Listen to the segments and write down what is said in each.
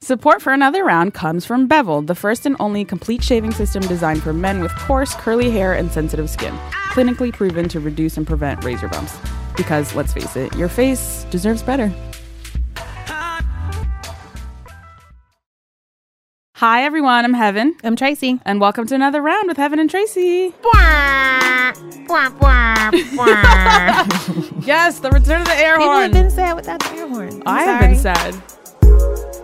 Support for another round comes from Bevel, the first and only complete shaving system designed for men with coarse, curly hair and sensitive skin, clinically proven to reduce and prevent razor bumps. Because, let's face it, your face deserves better. Hi, everyone, I'm Heaven, I'm Tracy. and welcome to another round with Heaven and Tracy. Yes, the return of the air People horn. have been sad without the air horn. I have been sad.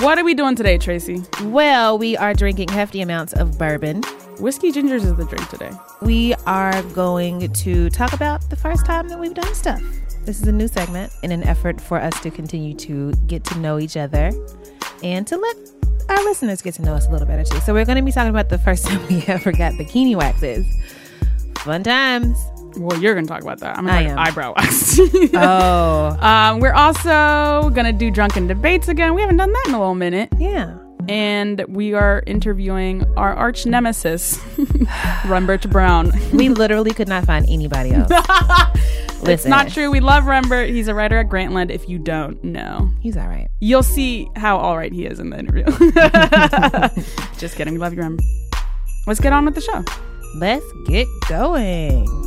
What are we doing today, Tracy? sad. Well, we are drinking hefty amounts of bourbon. Whiskey Gingers is the drink today. We are going to talk about the first time that we've done stuff. This is a new segment in an effort for us to continue to get to know each other and to let our listeners get to know us a little better too. So we're going to be talking about the first time we ever got bikini waxes. Fun times. Well, you're going to talk about that. I'm I going to am. eyebrow wax. Oh, um, we're also going to do drunken debates again. We haven't done that in a little minute. yeah. And we are interviewing our arch nemesis, Rembert Brown. We literally could not find anybody else. Listen, It's not true. We love Rembert. He's a writer at Grantland, if you don't know. He's all right. You'll see how all right he is in the interview. Just kidding. We love you, Rem. Let's get on with the show. Let's get going.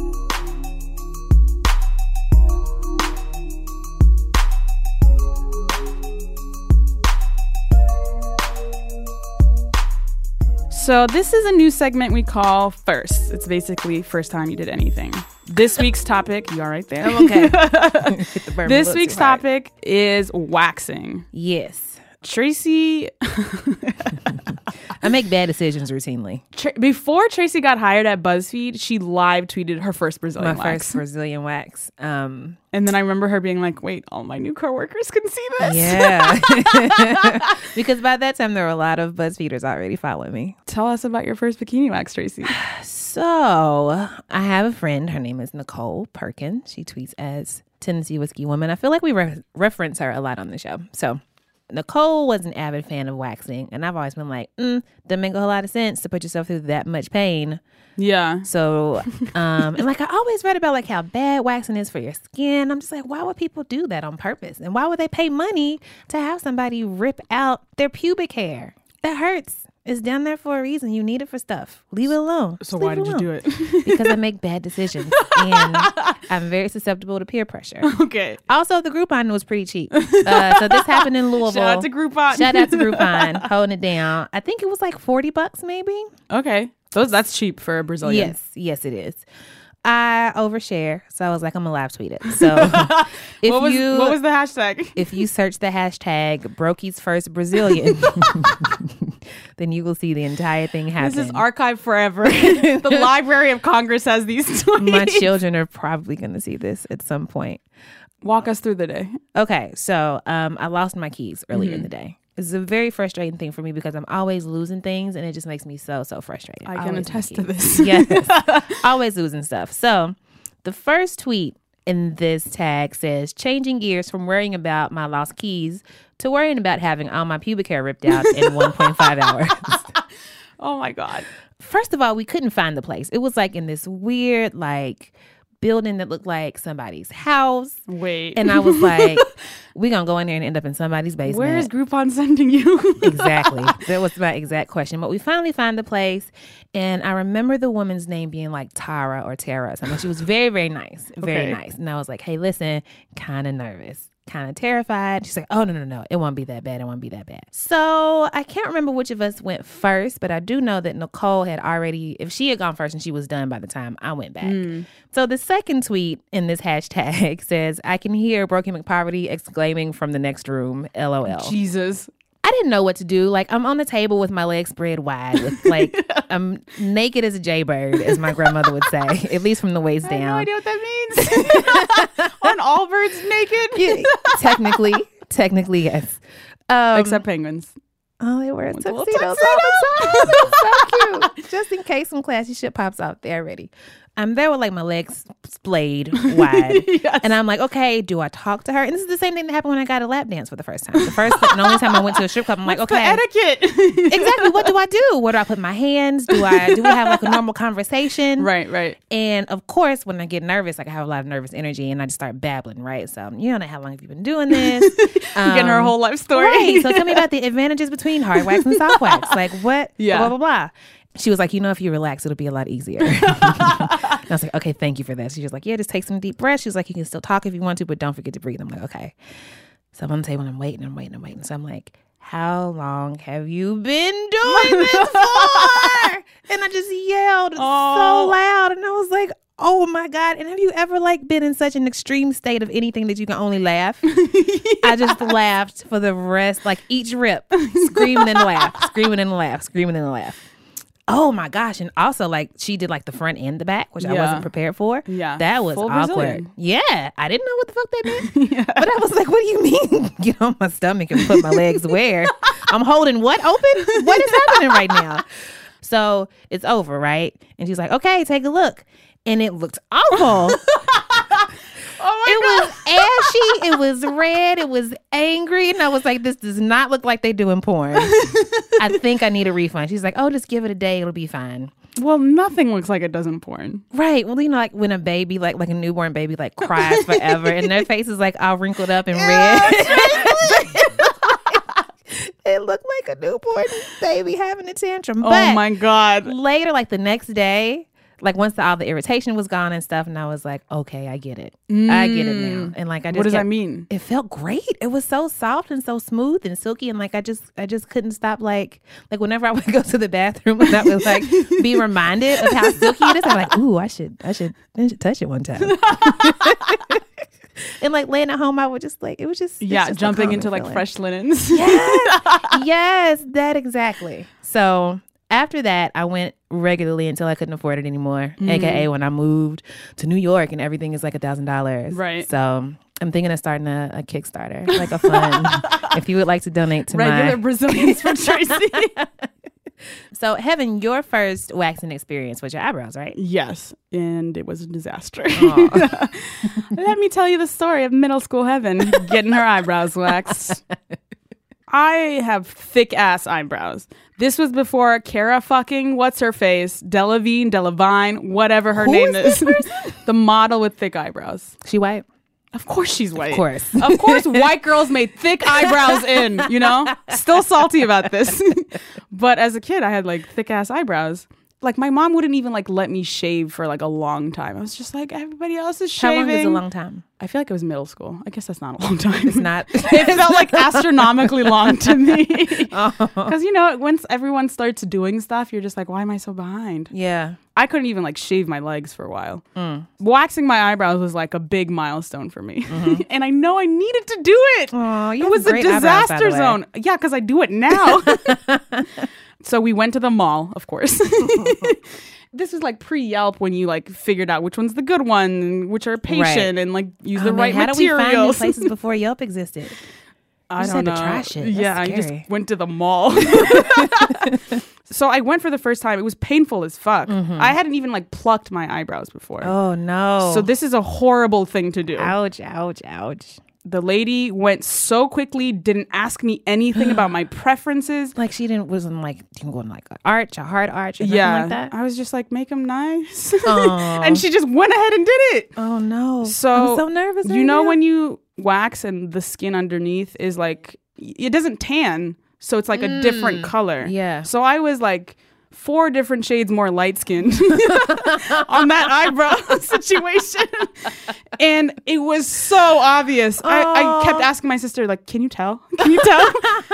So, this is a new segment we call First. It's basically first time you did anything. This week's topic, you all right there? Okay. Hit the bourbon a This little week's too hard. topic is waxing. Yes. Tracy, I make bad decisions routinely. Tra- before Tracy got hired at BuzzFeed, she live tweeted her first My Brazilian wax. first Brazilian wax. Um, And then I remember her being like, wait, all my new coworkers can see this? yeah. because by that time, there were a lot of BuzzFeeders already following me. Tell us about your first bikini wax, Tracy. So I have a friend. Her name is Nicole Perkins. She tweets as Tennessee Whiskey Woman. I feel like we re- reference her a lot on the show. So Nicole was an avid fan of waxing, and I've always been like, mm, doesn't make a whole lot of sense to put yourself through that much pain. Yeah. So, um, and like I always read about like how bad waxing is for your skin. I'm just like, why would people do that on purpose? And why would they pay money to have somebody rip out their pubic hair? That hurts. It's down there for a reason. You need it for stuff. Leave it alone. So, why did you do it? Because I make bad decisions and I'm very susceptible to peer pressure. okay. Also, the Groupon was pretty cheap. Uh, so this happened in Louisville. Shout out to Groupon. Shout out to Groupon, holding it down. I think it was like forty bucks, maybe. Okay. Those that's cheap for a Brazilian. Yes, yes, it is. I overshare, so I was like, I'm gonna live tweet it. So if What was you what was the hashtag? if you search the hashtag Brokey's first Brazilian, then you will see the entire thing happen. This is archived forever. the Library of Congress has these tweets. My children are probably gonna see this at some point. Walk us through the day. Okay, so um, I lost my keys earlier Mm-hmm. in the day. It's a very frustrating thing for me because I'm always losing things, and it just makes me so so frustrated. I can Always my attest keys. to this. yes. Always losing stuff. So the first tweet in this tag says changing gears from worrying about my lost keys to worrying about having all my pubic hair ripped out in 1.5 hours. Oh my god. First of all, we couldn't find the place. It was like in this weird like building that looked like somebody's house. Wait. And I was like, we're gonna go in there and end up in somebody's basement. where is Groupon sending you? exactly. That was my exact question. But we finally found the place, and I remember the woman's name being like Tara or Tara. or Something. She was very, very nice, very Okay. nice. And I was like, "Hey, listen, kind of nervous." Kind of terrified. She's like, oh, no, no, no. It won't be that bad. It won't be that bad. So I can't remember which of us went first, but I do know that Nicole had already, if she had gone first and she was done by the time I went back. So the second tweet in this hashtag says, I can hear Brokey McPoverty exclaiming from the next room, LOL. Jesus. I didn't know what to do. Like I'm on the table with my legs spread wide, with like I'm naked as a jaybird, as my grandmother would say, at least from the waist I have no down. idea what that means. On all birds naked? Yeah, technically, technically yes. Um, Except penguins. oh, they wear With a little Oh, tuxedos all the time. It's so cute. Just in case some classy shit pops out, they're ready. I'm there with like my legs splayed wide. Yes. And I'm like, okay, do I talk to her? And this is the same thing that happened when I got a lap dance for the first time. The first and only time I went to a strip club, I'm like, For okay. etiquette. Exactly. What do I do? Where do I put my hands? Do I do we have like a normal conversation? right, right. And of course, when I get nervous, like I have a lot of nervous energy and I just start babbling, right? So you don't know how long have you been doing this? Getting her Um, whole life story. Right. So tell me about the advantages between hard wax and soft wax. Like what? Yeah. Blah blah blah. She was like, you know, if you relax, it'll be a lot easier. And I was like, okay, thank you for that. She was like, yeah, just take some deep breaths. She was like, you can still talk if you want to, but don't forget to breathe. I'm like, okay. So I'm on the table and I'm waiting, I'm waiting, I'm waiting. So I'm like, how long have you been doing this for? And I just yelled Oh. so loud. And I was like, oh my God. And have you ever like been in such an extreme state of anything that you can only laugh? I just laughed for the rest, like each rip, screaming and laugh, screaming and laugh, screaming and laugh. Oh my gosh. And also like she did like the front and the back, which I Yeah. wasn't prepared for. Yeah. That was Full awkward. Brazilian. Yeah. I didn't know what the fuck that meant. But I was like, what do you mean? Get on my stomach and put my legs where? I'm holding what open? What is happening right now? So it's over, right? And she's like, okay, take a look. And it looked awful. Oh my It was ashy. It was red. It was angry. And I was like, this does not look like they do in porn. I think I need a refund. She's like, oh, just give it a day. It'll be fine. Well, nothing looks like it does in porn. Right. Well, you know, like when a baby, like like a newborn baby, like cries forever and their face is like all wrinkled up and red. it looked like a newborn baby having a tantrum. oh But my god. later, like the next day, like once the, all the irritation was gone and stuff, and I was like, okay, I get it. I get it now. And like I just What does kept- that mean? it felt great. It was so soft and so smooth and silky, and like I just, I just couldn't stop. Like, like whenever I would go to the bathroom, and I would like be reminded of how silky it is. I'm like, ooh, I should, I should, I should touch it one time. and like laying at home, I would just like it was just it's Yeah, just a jumping calming into like feeling. fresh linens. yes, that exactly. So after that, I went regularly until I couldn't afford it anymore. AKA when I moved to New York and everything is like a thousand dollars. Right. So I'm thinking of starting a, a Kickstarter, like a fund. if you would like to donate to Regular my Brazilians for Tracy. so having your first waxing experience with your eyebrows, right? yes, and it was a disaster. Let me tell you the story of middle school heaven getting her eyebrows waxed. I have thick ass eyebrows. This was before Cara fucking what's her face, Delavine, Delavine, whatever her Who name is the model with thick eyebrows. She white. Of course she's white. Of course. of course, white girls made thick eyebrows in, you know? Still salty about this. but as a kid, I had like thick ass eyebrows. Like my mom wouldn't even like let me shave for like a long time. I was just like, everybody else is How shaving. long is a long time? I feel like it was middle school. I guess that's not a long time. It's Not it felt like astronomically long to me. Oh. Because you know, once everyone starts doing stuff, you're just like, why am I so behind? Yeah. I couldn't even like shave my legs for a while. Mm. Waxing my eyebrows was like a big milestone for me. and I know I needed to do it. Mm-hmm. Aw, you it have was a great eyebrows, by the disaster way. zone. Yeah, because I do it now. so we went to the mall, of course. this was like pre Yelp when you like figured out which one's the good one, which are patient and like use the Oh, man, right how materials. do we find these places before Yelp existed? I just don't had know. to trash it. That's Yeah, I scary. just went to the mall. so I went for the first time. It was painful as fuck. I hadn't even like plucked my eyebrows before. Mm-hmm. Oh no. So this is a horrible thing to do. ouch, ouch, ouch. The lady went so quickly, didn't ask me anything about my preferences. Like she didn't wasn't like didn't go on like an arch, a hard arch, or Yeah, nothing like that. I was just like, make them nice, Aw. and she just went ahead and did it. Oh no! So I'm so nervous. You right know now. when you wax and the skin underneath is like it doesn't tan, so it's like a different color. yeah. So I was like four different shades more light skinned on that eyebrow situation. and it was so obvious. I, I kept asking my sister, like, can you tell? Can you tell?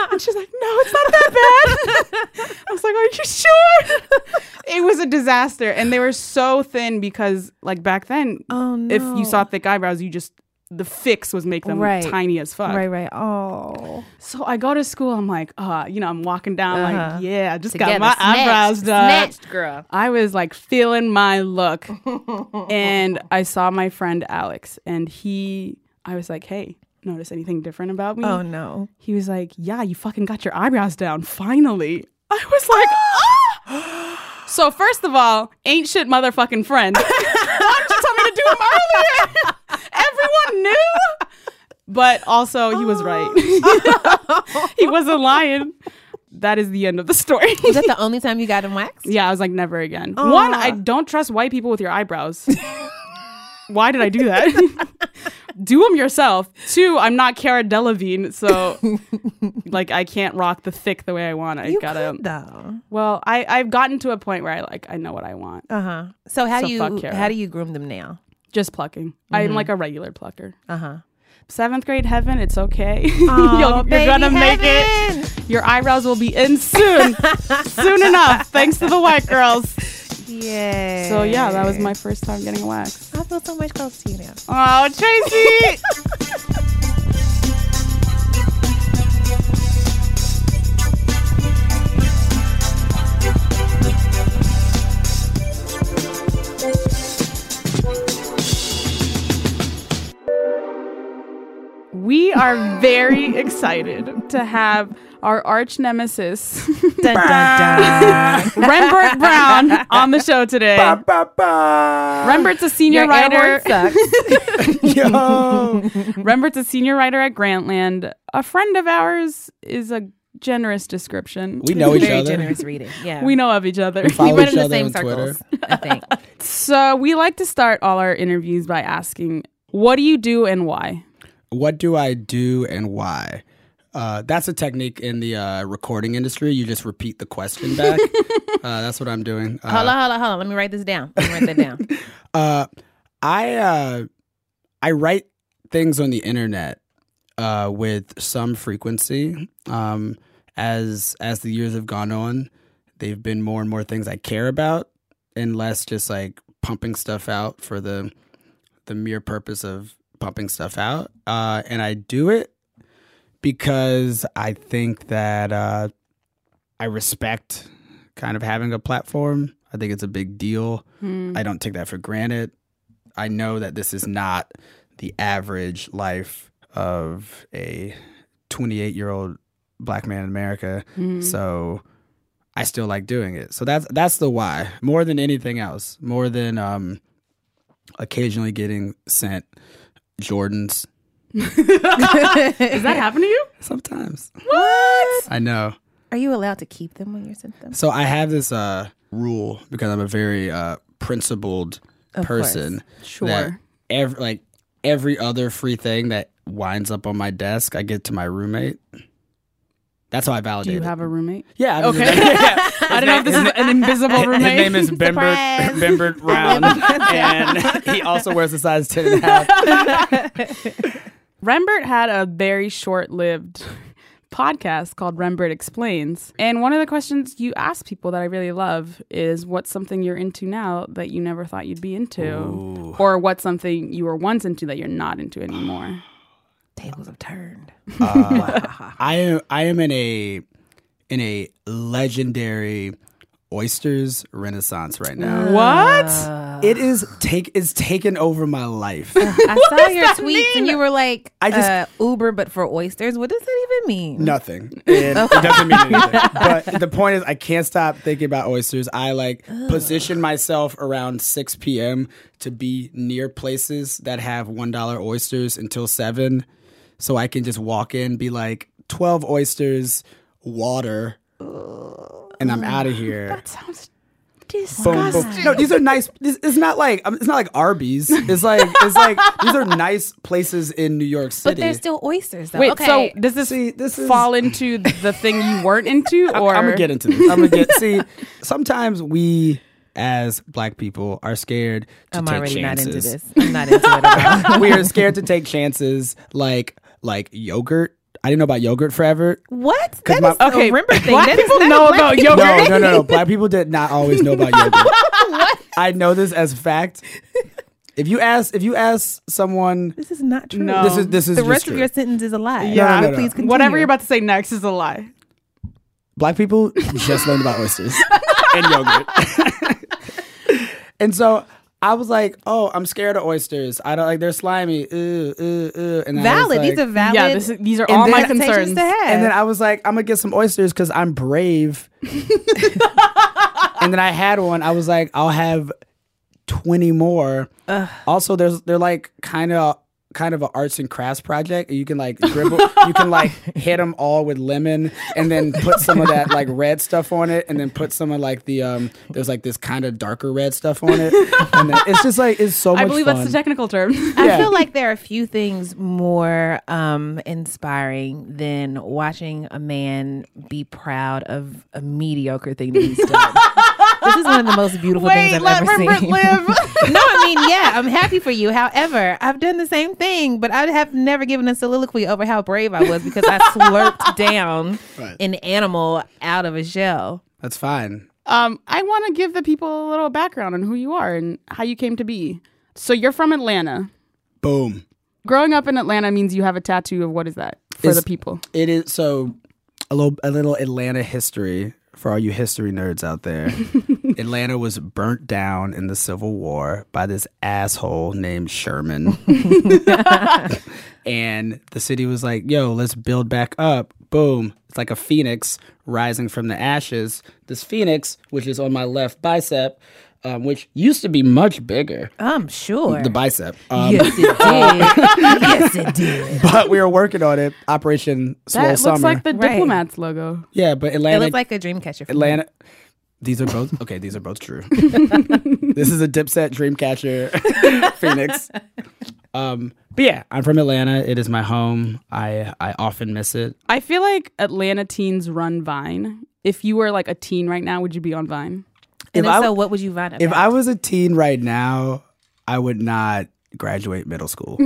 and she's like, no, it's not that bad. I was like, are you sure? it was a disaster. And they were so thin because like back then Oh no! if you saw thick eyebrows, you just the fix was make them Right. tiny as fuck. right, right. Oh, So I go to school. I'm like, uh, you know, I'm walking down. Uh-huh. Like, yeah, I just Together, got my snatched, eyebrows done. Snatched, girl. I was like feeling my look, and I saw my friend Alex, and he, I was like, hey, notice anything different about me? Oh no! He was like, yeah, you fucking got your eyebrows down finally. I was like, ah! so first of all, ain't shit, motherfucking friend. Why did you tell me to do them earlier? Everyone knew. But also, he was right. he wasn't lying. That is the end of the story. Is that the only time you got him waxed? yeah, I was like, never again. One, I Ah. don't trust white people with your eyebrows. Why did I do that? do them yourself. Two, I'm not Cara Delevingne, so like I can't rock the thick the way I want. I You gotta. could, though. Well, I I've gotten to a point where I like I know what I want. Uh huh. So how So do fuck you Kara. how do you groom them now? Just plucking. Mm-hmm. I'm like a regular plucker. Uh huh. Seventh grade heaven, it's okay. Oh, you're gonna make it. Your eyebrows will be in soon, soon enough. Thanks to the white girls. Yeah. So yeah, that was my first time getting waxed. I feel so much closer to you now. Oh, Tracy. We are very excited to have our arch nemesis, Dun, dun, dun. Rembert Brown, on the show today. Ba, ba, ba. Rembert's a senior Your writer. writer sucks. Yo. Rembert's a senior writer at Grantland. A friend of ours is a generous description. We know each Very other. generous reading. Yeah. We know of each other. follow run each in the other same on Twitter. circles. I think. So we like to start all our interviews by asking, "What do you do and why?" What do I do and why? Uh, that's a technique in the uh, recording industry. You just repeat the question back. uh, that's what I'm doing. Uh, Hold on, hold on, hold on. Let me write this down. Let me write that down. Uh, I uh, I write things on the internet uh, with some frequency. Um, as as the years have gone on, they've been more and more things I care about, and less just like pumping stuff out for the the mere purpose of pumping stuff out. Uh, and I do it because I think that uh, I respect kind of having a platform. I think it's a big deal. Hmm. I don't take that for granted. I know that this is not the average life of a 28 year old black man in America. Mm-hmm. So I still like doing it. So that's that's the why more than anything else. More than um, occasionally getting sent Jordans Does that happen to you? sometimes. what? I know. Are you allowed to keep them when you're sent them? So I have this uh, rule because I'm a very uh, principled Of course. person. Sure. that every like every other free thing that winds up on my desk, I get to my roommate. That's how I do validate. you it. have a roommate? Yeah. I mean, Okay. I don't know if this is an invisible His roommate. name is Bembert Surprise. Bembert Round, and he also wears a size ten and a half. Rembert had a very short-lived podcast called Rembert Explains, and one of the questions you ask people that I really love is, "What's something you're into now that you never thought you'd be into?" Or what's something you were once into that you're not into anymore? Tables have turned. I am I am in a in a legendary oysters renaissance right now. What? It is take it's taken over my life. I saw your tweets and you were like, I just- uh, Uber, but for oysters. What does that even mean? Nothing. And it doesn't mean anything. But the point is, I can't stop thinking about oysters. I like position myself around 6 p.m. to be near places that have $1 oysters until 7. So I can just walk in, be like, 12 oysters, water, and I'm out of here. Sounds Boom, boom. No, these are nice. This, it's not like um, it's not like Arby's. It's like it's like these are nice places in New York But City. they're still oysters, though. Wait, okay. so does this, See, this is- fall into the thing you weren't into, or I'm gonna get into this. I'm gonna get. see, sometimes we as black people are scared to I'm take already chances. not into this. I'm not into it at all. we are scared to take chances, like like yogurt. I didn't know about yogurt forever. What? Cause That my- is a Okay, Rembert thing. black That is people not know black about people. yogurt. No, no, no, no. Black people did not always know about yogurt. I know this as fact. If you ask, if you ask someone, This is not true. No. this is this is The just rest true. of your sentence is a lie. Yeah. No, no, no, no. Please continue. whatever you're about to say next is a lie. black people just learned about oysters and yogurt. and so I was like, oh, I'm scared of oysters. I don't like they're slimy. Ew, ew, ew. And I was Valid. like- These are valid. yeah, this is, these are And all my then- concerns. expectations to have. and then I was like, I'm gonna get some oysters because I'm brave. and then I had one. I was like, I'll have twenty more. Ugh. Also, there's they're like kind of kind of an arts and crafts project. You can like dribble, you can like hit them all with lemon, and then put some of that like red stuff on it, and then put some of like the um. There's like this kind of darker red stuff on it, and then it's just like it's so much. I believe fun. that's the technical term. I feel like there are few things more um, inspiring than watching a man be proud of a mediocre thing that he's done. this is one of the most beautiful things I've ever seen. no, I mean, yeah, I'm happy for you. However, I've done the same thing, but I have never given a soliloquy over how brave I was because I slurped down Right. an animal out of a shell. That's fine. Um, I want to give the people a little background on who you are and how you came to be. So you're from Atlanta. Boom. Growing up in Atlanta means you have a tattoo of what is that for It's- the people? It is so a little a little Atlanta history for all you history nerds out there. Atlanta was burnt down in the Civil War by this asshole named Sherman. and the city was like, "Yo, let's build back up." Boom. It's like a phoenix rising from the ashes. This phoenix, which is on my left bicep, um, which used to be much bigger, I'm sure. the bicep. Um, yes, it did. yes, it did. But we were working on it, Operation Swole That looks Summer. like the Right. diplomats logo. yeah, but It Atlanta looks like a dream catcher. for me. Atlanta. These are both okay. These are both true. this is a Dipset Dreamcatcher Phoenix. Um, but yeah, I'm from Atlanta. It is my home. I I often miss it. I feel like Atlanta teens run Vine. If you were like a teen right now, would you be on Vine? And If if I- so, what would you find? If I was a teen right now, I would not graduate middle school.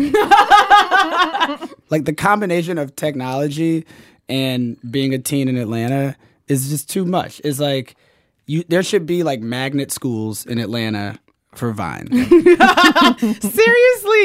like the combination of technology and being a teen in Atlanta is just too much. It's like you there should be like magnet schools in Atlanta for Vine. Seriously.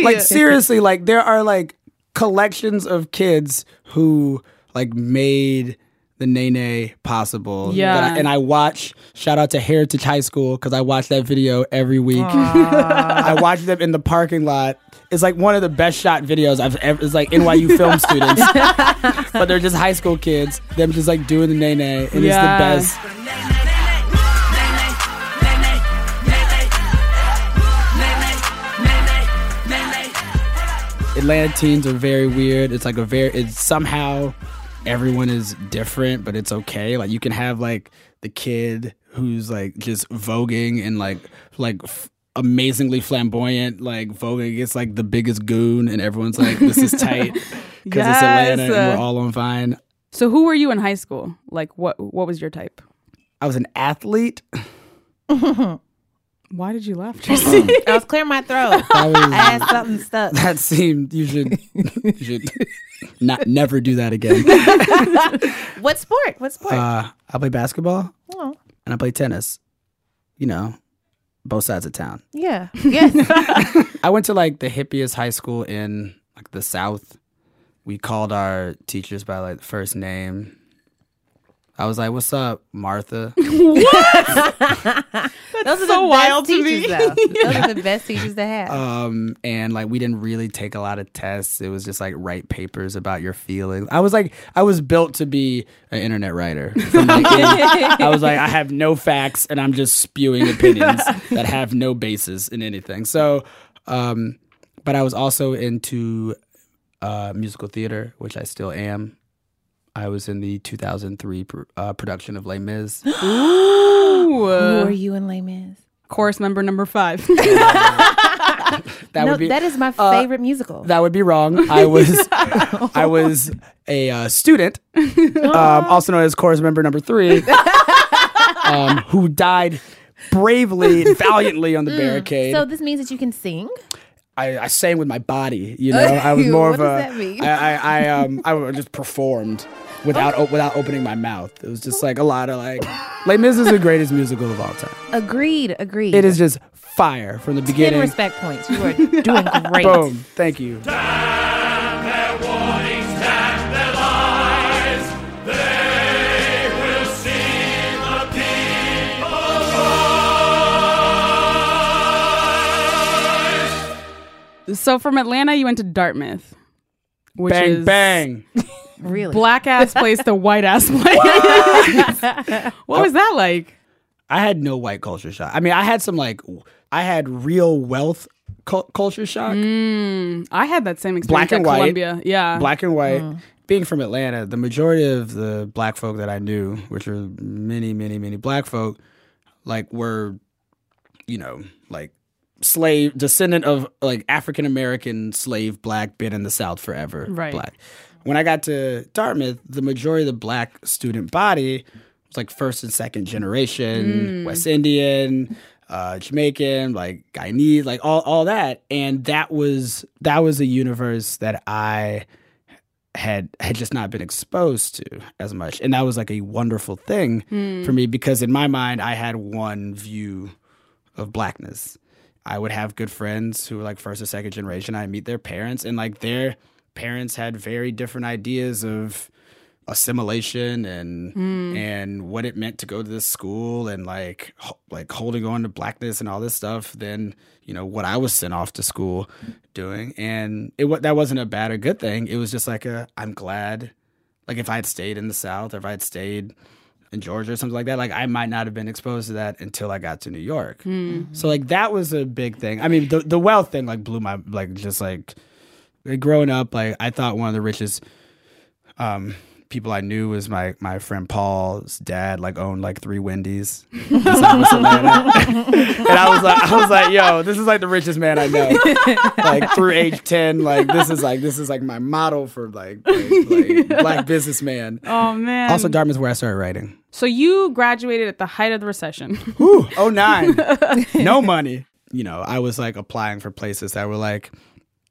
like seriously like there are like collections of kids who like made the Nene possible. Yeah. That I- and I watch, shout out to Heritage High School, because I watch that video every week. I watch them in the parking lot. It's like one of the best shot videos I've ever, it's like NYU film students, but they're just high school kids, them just like doing the Nene, and Yeah. it's the best. Atlanta teens are very weird. It's like a very it's somehow everyone is different, but it's okay. Like you can have like the kid who's like just voguing and like like f- amazingly flamboyant, like voguing against like the biggest goon, and everyone's like, "This is tight," because it's Atlanta and Yes. we're all on Vine. So who were you in high school? Like what what was your type? I was an athlete. Why did you laugh, Tracy? Mm. I was clearing my throat. I was- I had something stuck. that seemed you should you should not never do that again. What sport? What sport? Uh, I play basketball. oh, and I play tennis. You know, both sides of town. yeah. Yes. I went to like the hippiest high school in like the South. We called our teachers by like first name. I was like, "What's up, Martha?" Those are so the wild best to teachers, me. though. Those are the best teachers to have. um, and like we didn't really take a lot of tests. It was just like write papers about your feelings. I was like, I was built to be an internet writer. from, like, I was like, I have no facts, and I'm just spewing opinions that have no basis in anything. So, um, but I was also into uh, musical theater, which I still am. I was in the 2003 pr- uh, production of Les Mis. Ooh, Who are uh, you in Les Mis? chorus member number five. That no, would be that is my uh, favorite musical. That would be wrong. I was I was a uh, student, um, also known as chorus member number three, um, who died bravely and valiantly on the barricade. Mm. so this means that you can sing. I, I sang with my body, you know. I was more What of a. I does that mean? I, I um I just performed without o- without opening my mouth. It was just like a lot of like. Les Mis is the greatest musical of all time. Agreed. Agreed. It is just fire from the Ten beginning. respect points. You are doing great. Boom! Thank you. so from Atlanta you went to Dartmouth. Which Bang is bang. Really. Black ass place to white ass place. what was that like? I had no white culture shock. I mean, I had some like I had real wealth cul- culture shock, Mm, I had that same experience Black at and white. Columbia. Yeah. black and white. Being from Atlanta, the majority of the black folk that I knew, which were many, many, many black folk, like were, you know, like slave descendant of like African American slave black been in the South forever Right. black. When I got to Dartmouth, the majority of the black student body was like first and second generation, West Indian, uh, Jamaican, like Guyanese, like all all that. And that was that was a universe that I had had just not been exposed to as much. And that was like a wonderful thing for me because in my mind I had one view of blackness. I would have good friends who were like first or second generation. I meet their parents, and like their parents had very different ideas of assimilation and and what it meant to go to this school and like ho- like holding on to blackness and all this stuff than you know what I was sent off to school doing and it wa- that wasn't a bad or good thing it was just like a I'm glad like if I had stayed in the South or if I had stayed in Georgia or something like that, like I might not have been exposed to that until I got to New York. So like that was a big thing. I mean, the the wealth thing like blew my like just like growing up. Like I thought one of the richest um people I knew was my my friend Paul's dad. Like owned like three Wendy's. in Southwest Atlanta. and I was like, I was like, yo, this is like the richest man I know. like through age ten, like this is like this is like my model for like, like, like black businessman. Oh man. Also, Dartmouth's where I started writing. so you graduated at the height of the recession. Whew, oh nine, no money. You know, I was like applying for places that were like,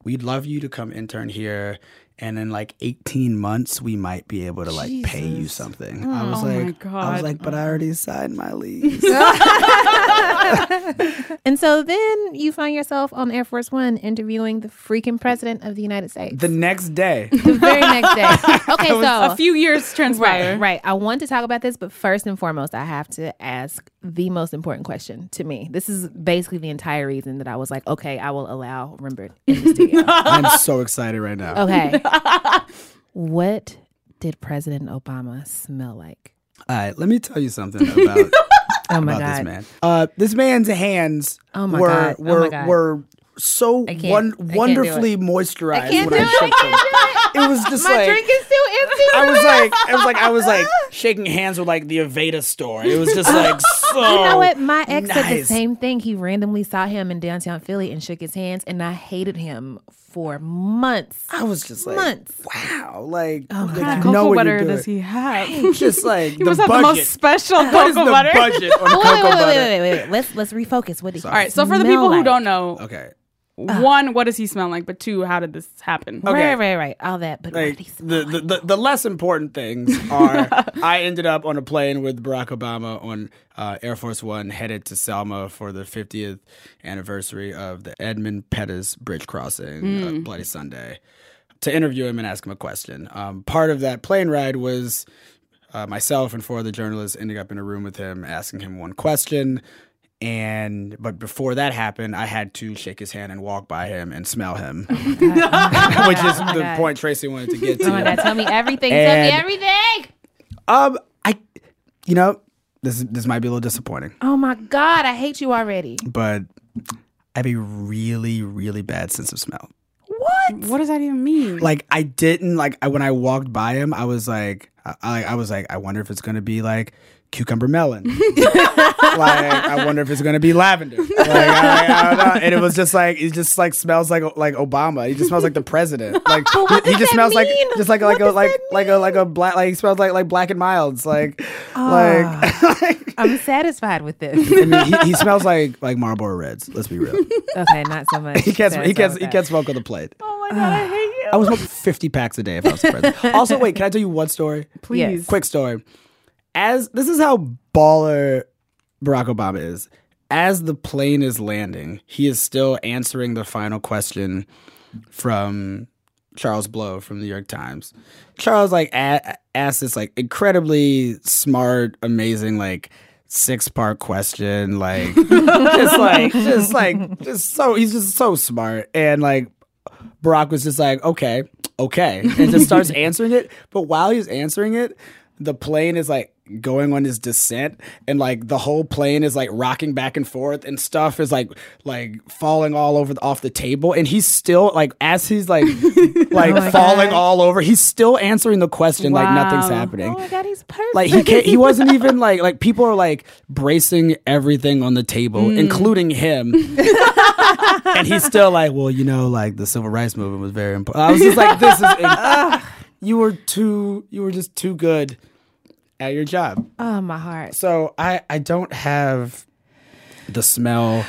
we'd love you to come intern here, and in like eighteen months we might be able to like pay you something. I was Oh my like, I God. was like, but I already signed my lease. And so then you find yourself on Air Force One interviewing the freaking president of the United States. the next day, The very next day. Okay, so A few years right, transpired. right. I want to talk about this, but first and foremost, I have to ask the most important question to me. This is basically the entire reason that I was like, okay, I will allow Rembert in the studio. I'm so excited right now. Okay. what did President Obama smell like? All right, let me tell you something about. Oh my about god. this man. Uh, this man's hands Oh my were God. Oh my were God. were so can't- I won- can't do wonderfully moisturized can't when do I it. I shook them. It. was just My like drink is still empty. I was like I was like I was like shaking hands with like the Aveda store. It was just like so. You know what? My ex said the nice. same thing. He randomly saw him in downtown Philly and shook his hands, and I hated him for months. I was just like Months. Oh, wow, like, like God, you know cocoa what butter you're doing. does he have? Just like He the must have the most budget. special What is cocoa the butter. budget on Wait, wait, cocoa wait, wait, butter? wait, wait, wait. Let's let's refocus. What did All right. So for the people who don't know, Okay, one, what does he smell like? But two, how did this happen? okay. right, right, right, all that, but what like did he smell the, the, the, the less important things are I ended up on a plane with Barack Obama on uh, Air Force One headed to Selma for the 50th anniversary of the Edmund Pettus Bridge crossing, uh, Bloody Sunday, to interview him and ask him a question. Um, part of that plane ride was uh, myself and four other journalists ending up in a room with him, asking him one question. And but before that happened, I had to shake his hand and walk by him and smell him, which is my the God. point Tracy wanted to get to. Oh my god! Tell me everything. tell me And- everything. Um, I, you know, this this might be a little disappointing, Oh my god! I hate you already. but I have a really, really bad sense of smell. What? What does that even mean? Like I didn't like I, when I walked by him, I was like, I, I I was like, I wonder if it's gonna be like cucumber melon. like I wonder if it's gonna be lavender. Like, I, I don't know. And it was just like it just like smells like like Obama. He just smells like the president. Like what he does just that smells mean? like just like What like a does like that like a like a black like he smells like like black and milds. Like Ah. like, like I'm satisfied with this. I mean, he, he smells like like Marlboro Reds. Let's be real. Okay, not so much. He can't he Satisfied can't with he that. can't smoke on the plate. oh my god, I hate you. I was smoking fifty packs a day if I was the president. Also, wait, can I tell you one story? Please. Quick story. As this is how baller Barack Obama is. As the plane is landing, he is still answering the final question from Charles Blow from the New York Times. Charles like a- asked this like incredibly smart, amazing like six part question, like just like just like just so he's just so smart and like Barack was just like okay, okay, and just starts answering it. But while he's answering it, the plane is like going on his descent and like the whole plane is like rocking back and forth and stuff is like like falling all over the, off the table and he's still like as he's like like Oh my falling God. all over he's still answering the question like nothing's Wow. happening Oh my god, he's perfect. like he can't, he wasn't even like like people are like bracing everything on the table, including him. and he's still like, well, you know, like the civil rights movement was very important. I was just like, this is inc- you were too you were just too good at your job. oh my heart. So I I don't have the smell.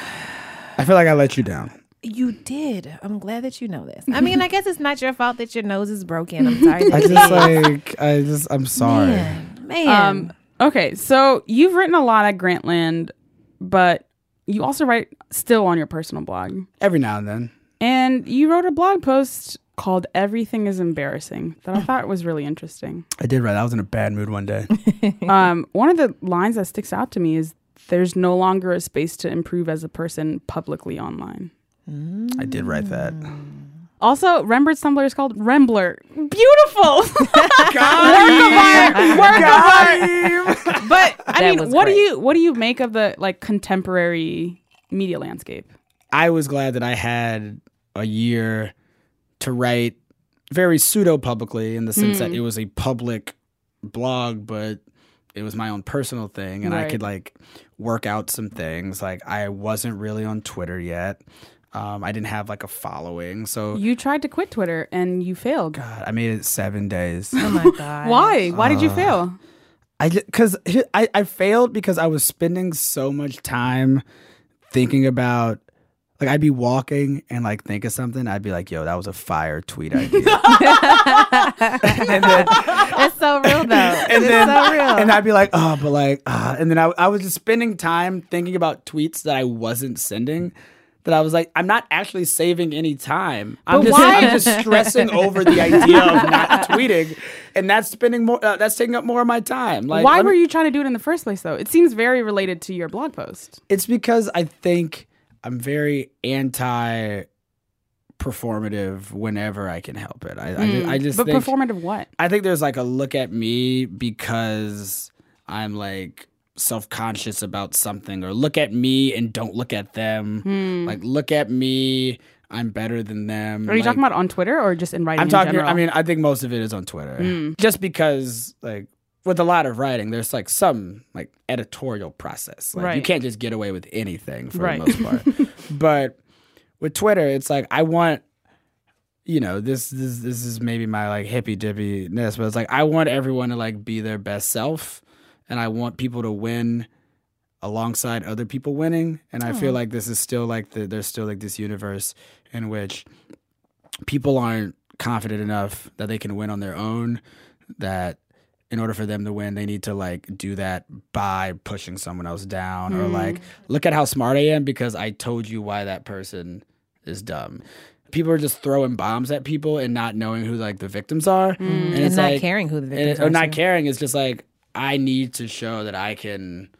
I feel like I let you down. You did. I'm glad that you know this. I mean, I guess it's not your fault that your nose is broken. I'm sorry. That I it just is. like I just I'm sorry. man, man. Um, okay, so you've written a lot at Grantland, but you also write still on your personal blog. Every now and then. And you wrote a blog post called Everything is Embarrassing that I thought was really interesting. I did right. I was in a bad mood one day. Um, one of the lines that sticks out to me is there's no longer a space to improve as a person publicly online. I did write that. Also, Rembert's Tumblr is called Rembler. Beautiful. Got him! Got him! but I That mean, was what do great. you what do you make of the like contemporary media landscape? I was glad that I had a year to write very pseudo publicly in the sense that it was a public blog, but it was my own personal thing and I Right. could like work out some things. Like I wasn't really on Twitter yet. Um, I didn't have like a following. So You tried to quit Twitter and you failed. God, I made it seven days. oh my god. Why? Why did you fail? I because I, I failed because I was spending so much time thinking about like I'd be walking and like think of something. I'd be like, "Yo, that was a fire tweet idea," and then It's so real though. and it's then so real. and I'd be like, "Oh, but like," uh, and then I I was just spending time thinking about tweets that I wasn't sending. That I was like, I'm not actually saving any time. I'm But just why- I'm just stressing over the idea of not tweeting, and that's spending more. Uh, that's taking up more of my time. Like, Why let me- were you trying to do it in the first place, though? It seems very related to your blog post. It's because I think I'm very anti performative whenever I can help it. I, I ju- I, just Mm, Hmm. But think, performative what? I think there's like a look at me because I'm like self conscious about something, or look at me and don't look at them. Like, look at me, I'm better than them. Hmm. Are you Like, talking about on Twitter or just in writing? I'm in talking. general? Mm. I mean, I think most of it is on Twitter, just because like with a lot of writing, there's like some like editorial process. Like you Right. can't just get away with anything for Right. the most part. but with Twitter, it's like I want. You know, this this this is maybe my like hippy dippy ness, but it's like I want everyone to like be their best self, and I want people to win alongside other people winning. And I feel like this is still like the, there's still like this universe in which people aren't confident enough that they can win on their own. That in order for them to win, they need to like do that by pushing someone else down or like look at how smart I am because I told you why that person is dumb. People are just throwing bombs at people and not knowing who like the victims are, and and, it's not like, caring who the and victims it, are. or not too. caring is just like I need to show that I can,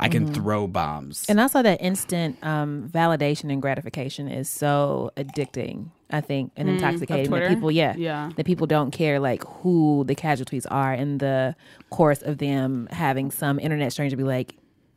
I can throw bombs. Mm-hmm. And also that instant um, validation and gratification is so addicting, I think, and intoxicating. That Mm, Twitter? people, yeah, Yeah. that people don't care like who the casualties are in the course of them having some internet stranger be like,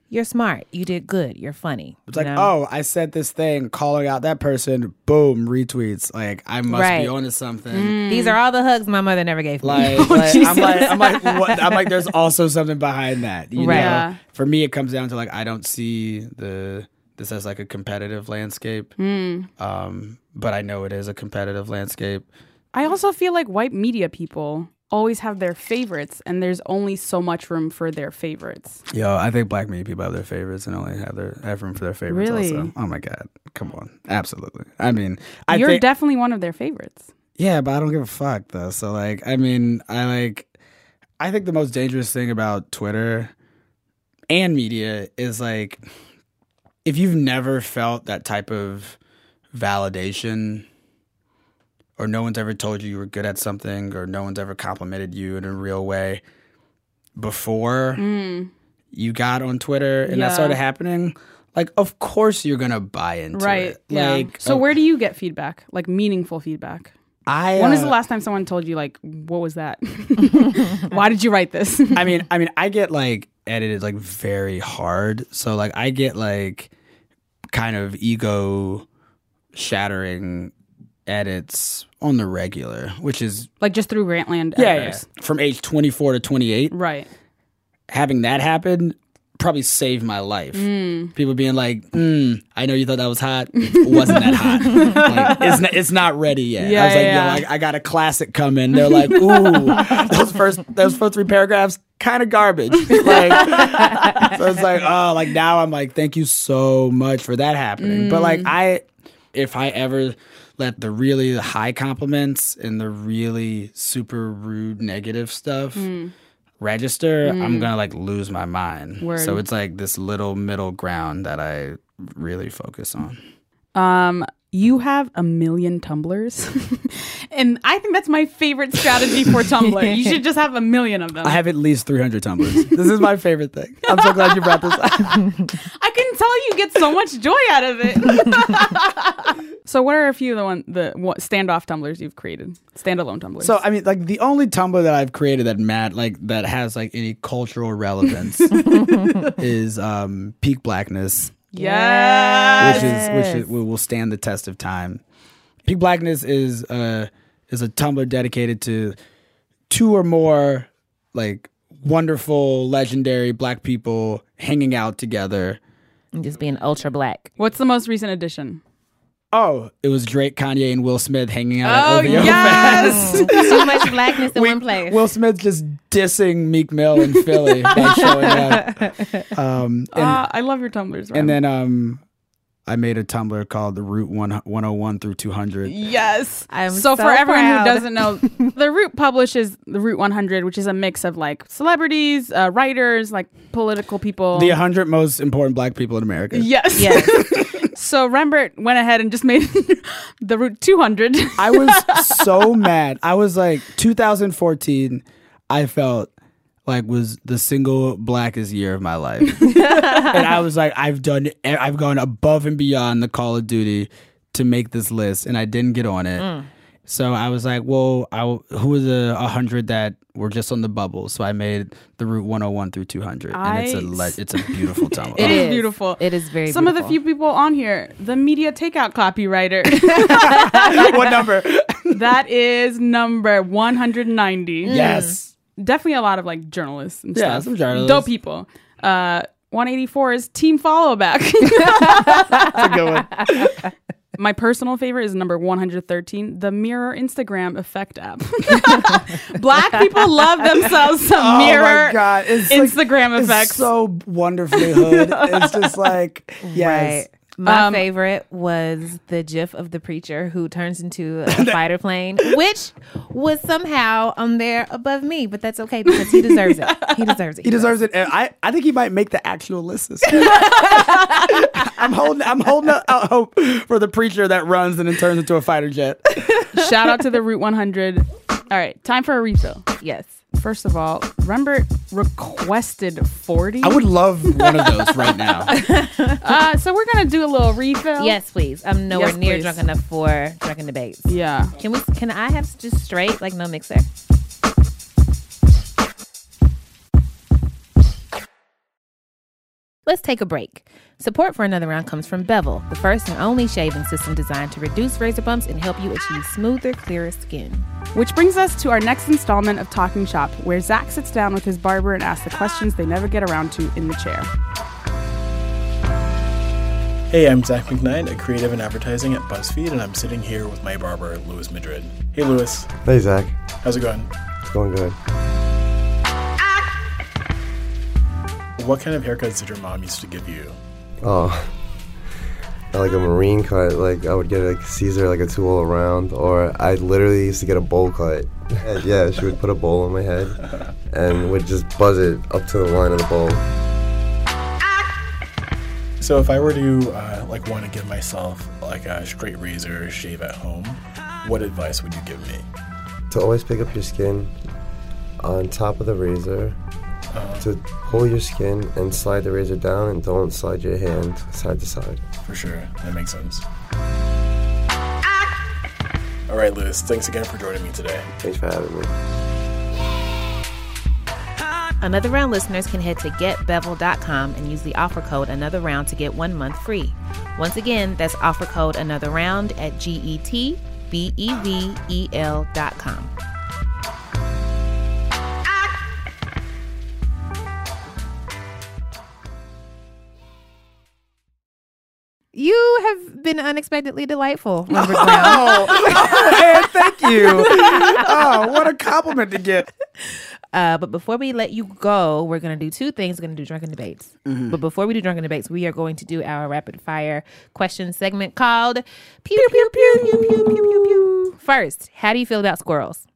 "You're smart, you did good, you're funny." It's like, oh, I said this thing, calling out that person, boom, retweets. Like I must be Right. Mm. onto something. these are all the hugs my mother never gave me. Like, like, I'm like, I'm like, what? I'm like, there's also something behind that. You Right. know? Yeah. For me, it comes down to like I don't see the this as like a competitive landscape. Mm. Um, but I know it is a competitive landscape. I also feel like white media people always have their favorites, and there's only so much room for their favorites. Yo, I think black media people have their favorites and only have their have room for their favorites. Really? Also, oh my god, come on, absolutely. I mean, I You're think, definitely one of their favorites. Yeah, but I don't give a fuck though. So like, I mean, I like, I think the most dangerous thing about Twitter and media is like, if you've never felt that type of validation, or no one's ever told you you were good at something, or no one's ever complimented you in a real way before you got on Twitter and that Mm. Yeah. started happening, like, of course you're gonna buy into Right. it. Yeah. Like, uh, so of where do you get feedback? Like meaningful feedback? I When was the uh, last time someone told you like, what was that? Why did you write this? I mean, I mean, I get like edited like very hard. So like I get like kind of ego shattering edits on the regular, which is like just through Grantland. editors. from age 24 to 28. Right. Having that happen probably saved my life. People being like, mm, I know you thought that was hot. It wasn't that hot. like, it's, not, it's not ready yet. Yeah, I was like, yeah, yo, I, I got a classic coming. They're like, ooh, those first, those first three paragraphs, kind of garbage. Like, so it's like, oh, like now I'm like, thank you so much for that happening. But Mm. like, I, if I ever let the really high compliments and the really super rude negative stuff register, I'm gonna like lose my mind. Word. So it's like this little middle ground that I really focus on. Um, you have a million tumblers, and I think that's my favorite strategy for Tumblr. You should just have a million of them. I have at least 300 tumblers. this is my favorite thing. I'm so glad you brought this up. I can tell you get so much joy out of it. so, what are a few of the one the what, standoff tumblers you've created? Standalone tumblers. so uh, I mean, like the only Tumblr that I've created that Matt like that has like any cultural relevance is um Peak Blackness, yes. which is which is, will will stand the test of time. Peak Blackness is uh is a Tumblr dedicated to two or more like wonderful legendary black people hanging out together. I'm just being ultra black. What's the most recent edition? Oh, it was Drake, Kanye, and Will Smith hanging out. Oh at OVO yes. Too much blackness in We- one place. Will Smith just dissing Meek Mill in Philly by showing up. Um, and, Ah, I love your tumblers. Ryan. and then um, I made a Tumblr called the Route One One Hundred One through Two Hundred. Yes. I'm so, so for everyone proud. who doesn't know, The Root publishes The Root 100, which is a mix of like celebrities, uh, writers, like political people. The hundred most important Black people in America. yes. Yes. so Rembert went ahead and just made The Root 200. I was so mad. I was like 2014. I felt like was the single blackest year of my life, and I was like, I've done, e- I've gone above and beyond the Call of Duty to make this list, and I didn't get on it. Mm. So I was like, well, I, w- who are the 100 that were just on the bubble? So I made the route 101 through 200, and it's a le- Nice. it's a beautiful tunnel. It is is. beautiful. It is very Some of the beautiful. few people on here, the media takeout copywriter. what number? Mm. that is number 190. yes. definitely a lot of like journalists and Yeah, stuff. some journalists. Dope people. Uh, 184 is Team Follow Back. My personal favorite is number 113, the Mirror Instagram Effect app. Black people love themselves some Oh mirror my god, it's like- Instagram it's effects. so wonderfully hood. It's just like Right. yes. My Um, favorite was the gif of the preacher who turns into a fighter plane, which was somehow on there above me, but that's okay because he deserves it. He deserves it. He deserves it. And I, I think he might make the actual list this year. I'm holding I'm holding out hope for the preacher that runs and then turns into a fighter jet. Shout out to the Route 100. All right, time for a refill. Yes. First of all, Rembert requested 40. I would love one of those right now. uh, so we're going to do a little refill. Yes, please. I'm nowhere Yes, near please. drunk enough for drunken debates. Yeah. Can we? Can I have just straight, like no mixer? Let's take a break. Support for another round comes from Bevel, the first and only shaving system designed to reduce razor bumps and help you achieve smoother, clearer skin. Which brings us to our next installment of Talking Shop, where Zach sits down with his barber and asks the questions they never get around to in the chair. Hey, I'm Zach McKnight, a creative in advertising at BuzzFeed, and I'm sitting here with my barber, Louis Madrid. Hey, Louis, Hey Zach, how's it going? it's going good. What kind of haircuts did your mom used to give you? Oh, I like a marine cut. Like I would get like Caesar, like a two all around, or I literally used to get a bowl cut. And, yeah, she would put a bowl on my head and would just buzz it up to the line of the bowl. So, if I were to uh, like want to give myself like a straight razor shave at home, what advice would you give me? To always pick up your skin on top of the razor. To pull your skin and slide the razor down, and don't slide your hand side to side. For sure, that makes sense. All right, Lewis. Thanks again for joining me today. Thanks for having me. Another Round listeners can head to getbevel.com and use the offer code Another Round to get one month free. Once again, that's offer code Another Round at G E T B E V E L dot com. You have been unexpectedly delightful, Robert Brown. Oh, man, thank you. Oh, what a compliment to get. Uh, but before we let you go, we're going to do two things. We're going to do drunken debates. But before we do drunken debates, we are going to do our rapid fire question segment called Pew Pew Pew Pew Pew Pew Pew. pew. First, how do you feel about squirrels?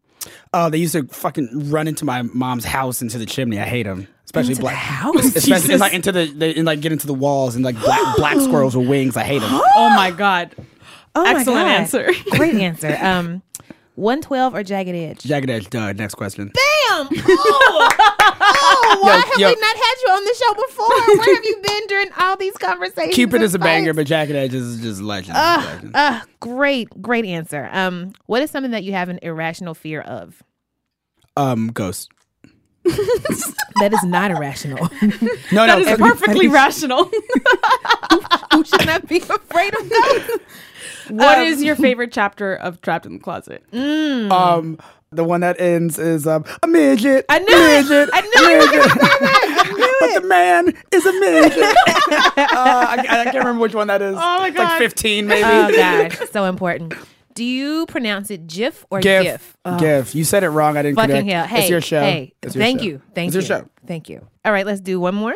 Oh, they used to fucking run into my mom's house into the chimney. I hate them, especially Into the black house? Especially Jesus. and, like into the they, and like get into the walls and like black black squirrels with wings. I hate them. Oh my god. Oh my Excellent God. answer. Great answer. Um, one twelve or jagged edge? Jagged edge. Duh. Next question. Damn! Oh, oh why Yo, have yo. we not had you on the show before? Where have you been during all these conversations? Cupid and is a banger, fights? but Jagged Edge is just legend. Legend. Uh, great, great answer. Um, what is something that you have an irrational fear of? um, Ghost. That is not irrational. No, um, That no, is perfectly rational. you should not be afraid of ghosts. What is your favorite chapter of Trapped in the Closet? Um, the one that ends is um, a midget. I knew it. midget, I knew it. midget. But the man is a midget. uh, I, I can't remember which one that is. Oh my It's like God. fifteen, maybe. Oh gosh, so important. Do you pronounce it GIF or GIF? Gif, gif. You said it wrong. I didn't. Oh. Fucking hell! connect. Hey, it's your show. Hey, It's your thank show. you, thank It's you, your show. thank you. All right, let's do one more.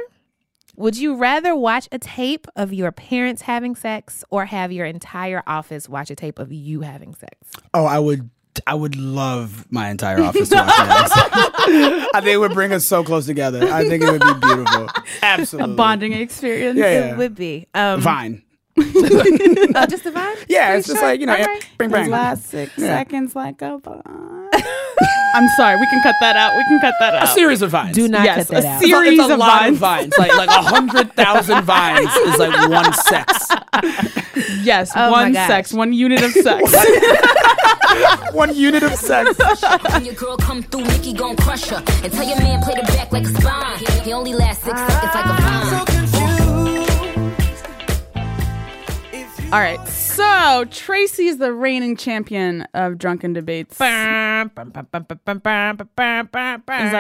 Would you rather watch a tape of your parents having sex or have your entire office watch a tape of you having sex? Oh, I would. I would love my entire office. to watch that. I think it would bring us so close together. I think it would be beautiful. Absolutely. Bonding experience. Yeah, It yeah. would be. Um, Fine. oh, just the vibe? Yeah, Pretty it's just sure? like you know, All right. bang bang. Last six seconds like a bomb. I'm sorry. We can cut that out. We can cut that A out. series of vines. Do not Yes, cut a that out. serious- series It's a- it's a of lot vines. of vines, like like a hundred thousand vines is like one sex, Yes, Oh my one gosh. sex, one unit of sex. one unit of sex. When your girl come through, Nikki gon' crush her. And tell your man play the back like a spine. He only lasts six seconds like a vine. All right. So Tracy's the reigning champion of drunken debates. Is that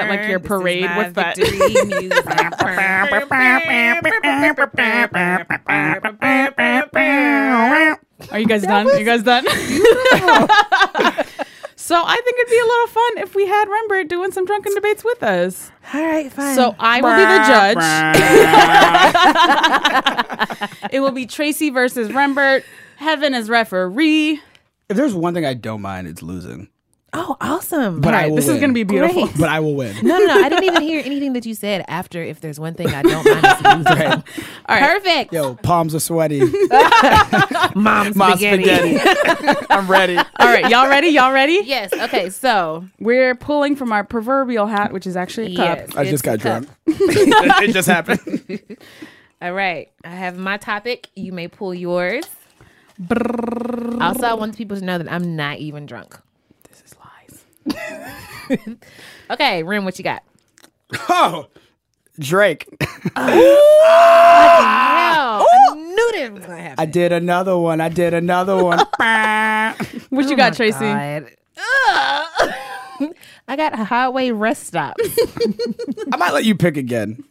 like your parade? What's that? Are you guys done? you guys done? so I think it'd be a little fun if we had Rembert doing some drunken debates with us. All right, fine. So I will be the judge. It will be Tracy versus Rembert. Heaven is referee. If there's one thing I don't mind, it's losing. oh, awesome. But All I right, will this is win. going to be beautiful. Great. But I will win. no, no, no. I didn't even hear anything that you said after. If there's one thing I don't mind, it's losing. All right. perfect. Yo, palms are sweaty. Mom's My spaghetti. spaghetti. I'm ready. All right, y'all ready? Y'all ready? yes. Okay. So We're pulling from our proverbial hat, which is actually a cup. yes, I it's just got a cup. drunk. it just happened. All right. I have my topic. You may pull yours. Also, I want people to know that I'm not even drunk. This is lies. Okay, Rim, what you got? Oh, Drake. Ah. Oh, I knew that was gonna happen. I did another one. I did another one. What you got, Tracy? Oh God. Ugh. I got a highway rest stop. I might let you pick again.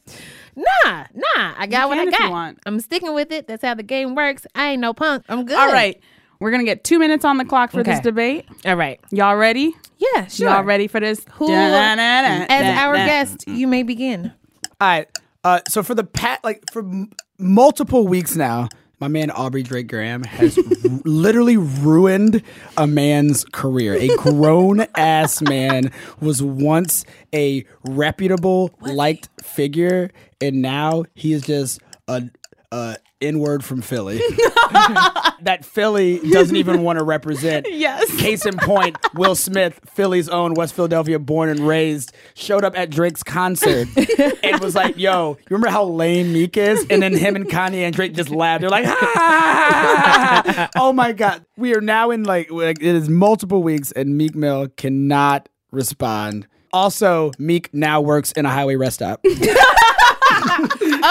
nah, nah. I got what I can if got. you want. I'm sticking with it. That's how the game works. I ain't no punk. I'm good. All right. We're going to get two minutes on the clock for this Okay. debate. All right. Y'all ready? Yeah, sure. Y'all ready for this? Who, Da-na-na-na, as na-na. our guest, you may begin. All right. Uh, so for the pat, like for m- multiple weeks now, my man Aubrey Drake Graham has r- literally ruined a man's career. A grown ass man was once a reputable, liked figure, and now he is just a. A, uh, N-word from Philly that Philly doesn't even want to represent. Yes. Case in point, Will Smith, Philly's own, West Philadelphia, born and raised, showed up at Drake's concert and was like, "Yo, you remember how lame Meek is?" And then him and Kanye and Drake just laughed. They're like, "Ah!" "Oh my god, we are now in like, like it is multiple weeks, and Meek Mill cannot respond." Also, Meek now works in a highway rest stop.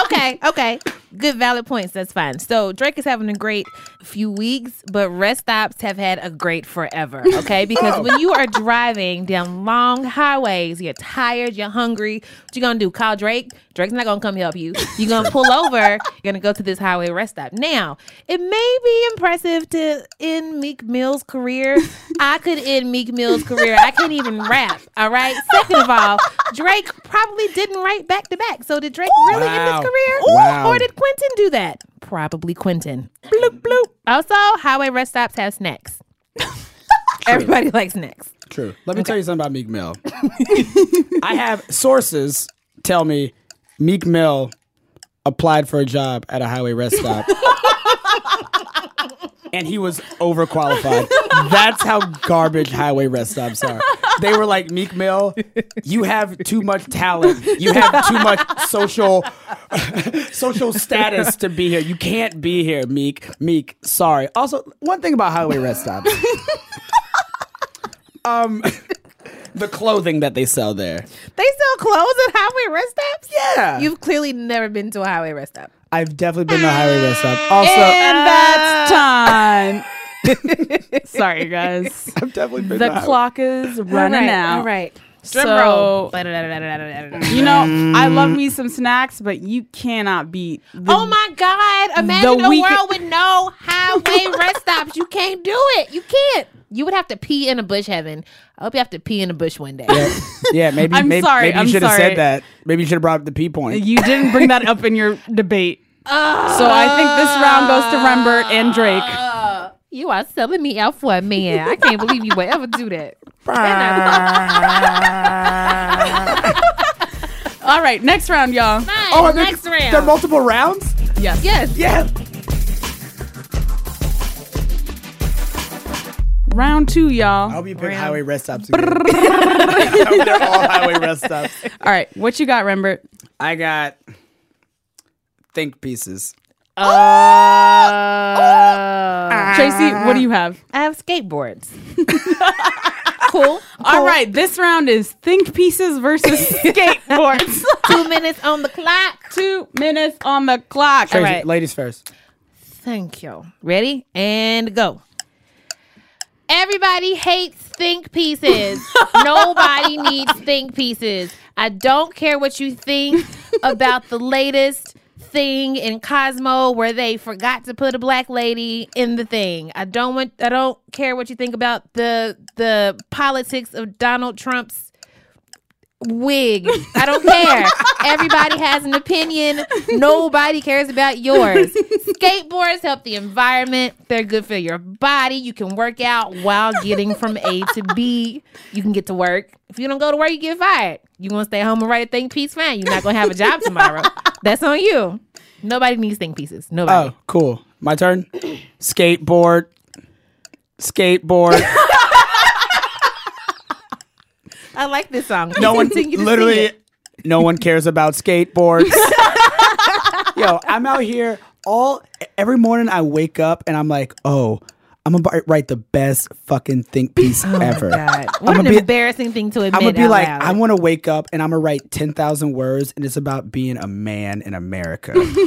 okay, okay. Good valid points. That's fine. So Drake is having a great few weeks, but rest stops have had a great forever. Okay, because when you are driving down long highways, you're tired, you're hungry. What you gonna do? Call Drake? Drake's not gonna come help you. You're gonna pull over. You're gonna go to this highway rest stop. Now, it may be impressive to end Meek Mill's career. I could end Meek Mill's career. I can't even rap. All right. Second of all, Drake probably didn't write back to back. So did Drake really? really in Wow. his career? Wow. Or did Quentin do that? Probably Quentin. Bloop bloop. Also, highway rest stops have snacks. Everybody likes snacks. True. Let me tell you something about Meek Mill. I have sources tell me Meek Mill applied for a job at a highway rest stop. And he was overqualified. That's how garbage highway rest stops are. They were like, Meek Mill, you have too much talent. You have too much social social status to be here. You can't be here, Meek. Meek, sorry. Also, one thing about highway rest stops the clothing that they sell there. They still close at highway rest stops? Yeah. You've clearly never been to a highway rest stop. I've definitely been to highway rest stop. Also, And that's Ah. time. Sorry, guys. I've definitely been The clock is running All right, out. All right. Drum So, roll. Oh you know, I love me some snacks, but you cannot beat. The, Oh my God. Imagine The a week- world with no highway rest stops. You can't do it. You can't. You would have to pee in a bush heaven. I hope you have to pee in a bush one day. Yeah, maybe. I'm maybe, sorry, Maybe you I'm should have sorry. said that. Maybe you should have brought up the P point. You didn't bring that up in your debate. so I think this round goes to Rembert and Drake. You are selling me out for a man. I can't believe you would ever do that. All right, next round, y'all. oh, next round. There are multiple rounds. Yes. yes. Yeah. Round two, y'all. I'll be picking highway rest stops. Again. They're all highway rest stops. All right, what you got, Rembert? I got think pieces. Oh. Tracy, what Ah. do you have? I have skateboards. cool. All right, this round is think pieces versus skateboards. Two minutes on the clock. Two minutes on the clock. Tracy, right. Ladies first. Thank you. Ready? And go. Everybody hates think pieces. Nobody needs think pieces. I don't care what you think about the latest thing in Cosmo where they forgot to put a black lady in the thing. I don't want I don't care what you think about the the politics of Donald Trump's wig. I don't care. Everybody has an opinion. Nobody cares about yours. Skateboards help the environment. They're good for your body. You can work out while getting from A to B. You can get to work. If you don't go to work, you get fired. You want to stay home and write a think piece? Fine. You're not going to have a job tomorrow. That's on you. Nobody needs think pieces. Nobody. Oh, cool. My turn. Skateboard. Skateboard. I like this song. no one Continue to sing literally it. no one cares about skateboards yo i'm out here all every morning i wake up and i'm like oh i'm gonna write the best fucking think piece ever Oh God, I'm what gonna an be- embarrassing thing to admit. I'm gonna be out like, loud. I want to wake up and I'm gonna write ten thousand words, and it's about being a man in America, and who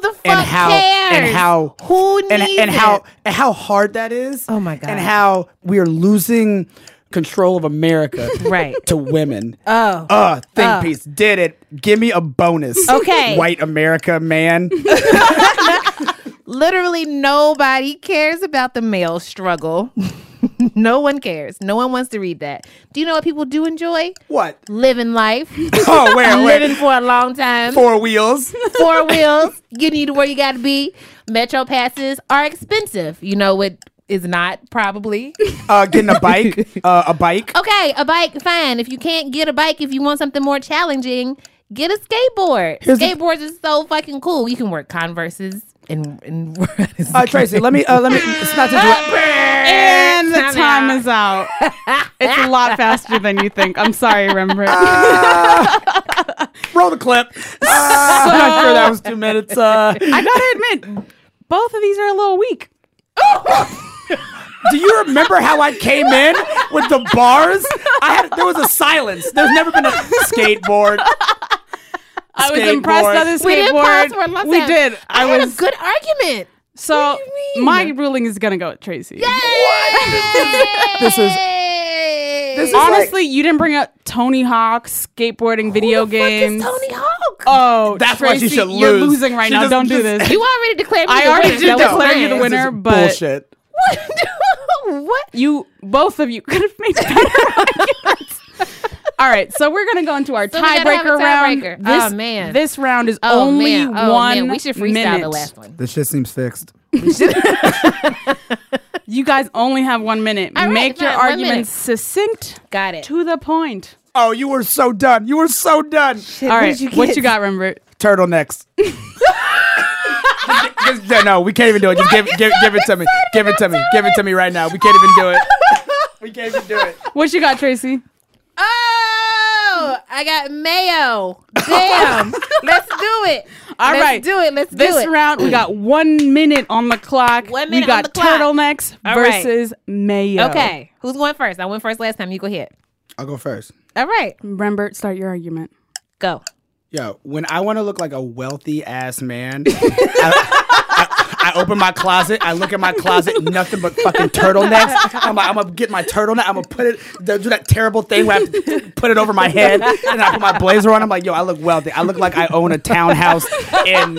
the fuck how cares? and how who needs and, and it? how and how hard that is. Oh my God. And how we are losing control of America, Right. to women. Oh. Uh, think piece. Did it. Give me a bonus. Okay. White America man. Literally nobody cares about the male struggle. no one cares. No one wants to read that. Do you know what people do enjoy? what? Living life. Oh, wait, Living wait. for a long time. Four wheels. Four wheels. Getting you to where you gotta be. Metro passes are expensive. You know what is not probably. Uh, getting a bike. Uh, a bike. Okay, a bike, fine. If you can't get a bike, if you want something more challenging, Get a skateboard. Here's the- Skateboards is so fucking cool. You can wear Converses and and. Uh, Tracy, let me uh, let me. It's not to interrupt. And the Time time out. is out. It's a lot faster than you think. I'm sorry, Rembrandt. Uh, Roll the clip. Ah. I'm not sure that was two minutes. Uh, I gotta admit, both of these are a little weak. do you remember how I came in with the bars? I had there was a silence. There's never been a skateboard. I was impressed Skateboard. on the skateboard. We did pause for a long We time. did. I, I had was a good argument. so. do you mean? My ruling is gonna go with Tracy. This is This is Honestly, you didn't bring up Tony Hawk, skateboarding, video games. Tony Hawk. Oh, That's why Tracy, she should You're lose. losing right She now. just- Don't do just- this. you already declared. Me I the already winner. did That was declare you the planned. winner. this is but- bullshit. what? you both of you could have made better arguments. All right, so we're gonna go into our So we gotta have a tiebreaker round. tiebreaker. This, Oh, man. this round is Oh only man. Oh, one man. We should freestyle minute. the last one. This shit seems fixed. You guys only have one minute. All right, Make your fine, one arguments succinct, Got it. to the point. Oh, you were so done. You were so done. All right, what you got, Rembert? Turtlenecks. Just- just- yeah, no, we can't even do it. Just give, give, give it to me. Give it to me. Give it to me right now. We can't even do it. We can't even do it. What you got, Tracy? Oh, I got mayo. Damn. Let's do it. All Let's right. do it. Let's do This it. round, we got one minute on the clock. One we minute on got the clock. turtlenecks All right. versus mayo. Okay. Who's going first? I went first last time. You go ahead. I'll go first. All right. Rembert, start your argument. Go. Yo, when I want to look like a wealthy ass man, I, I, I open my closet. I look at my closet, nothing but fucking turtlenecks. I'm, like, I'm gonna get my turtleneck. I'm gonna put it, do that terrible thing where I have to put it over my head, and I put my blazer on. I'm like, yo, I look wealthy. I look like I own a townhouse in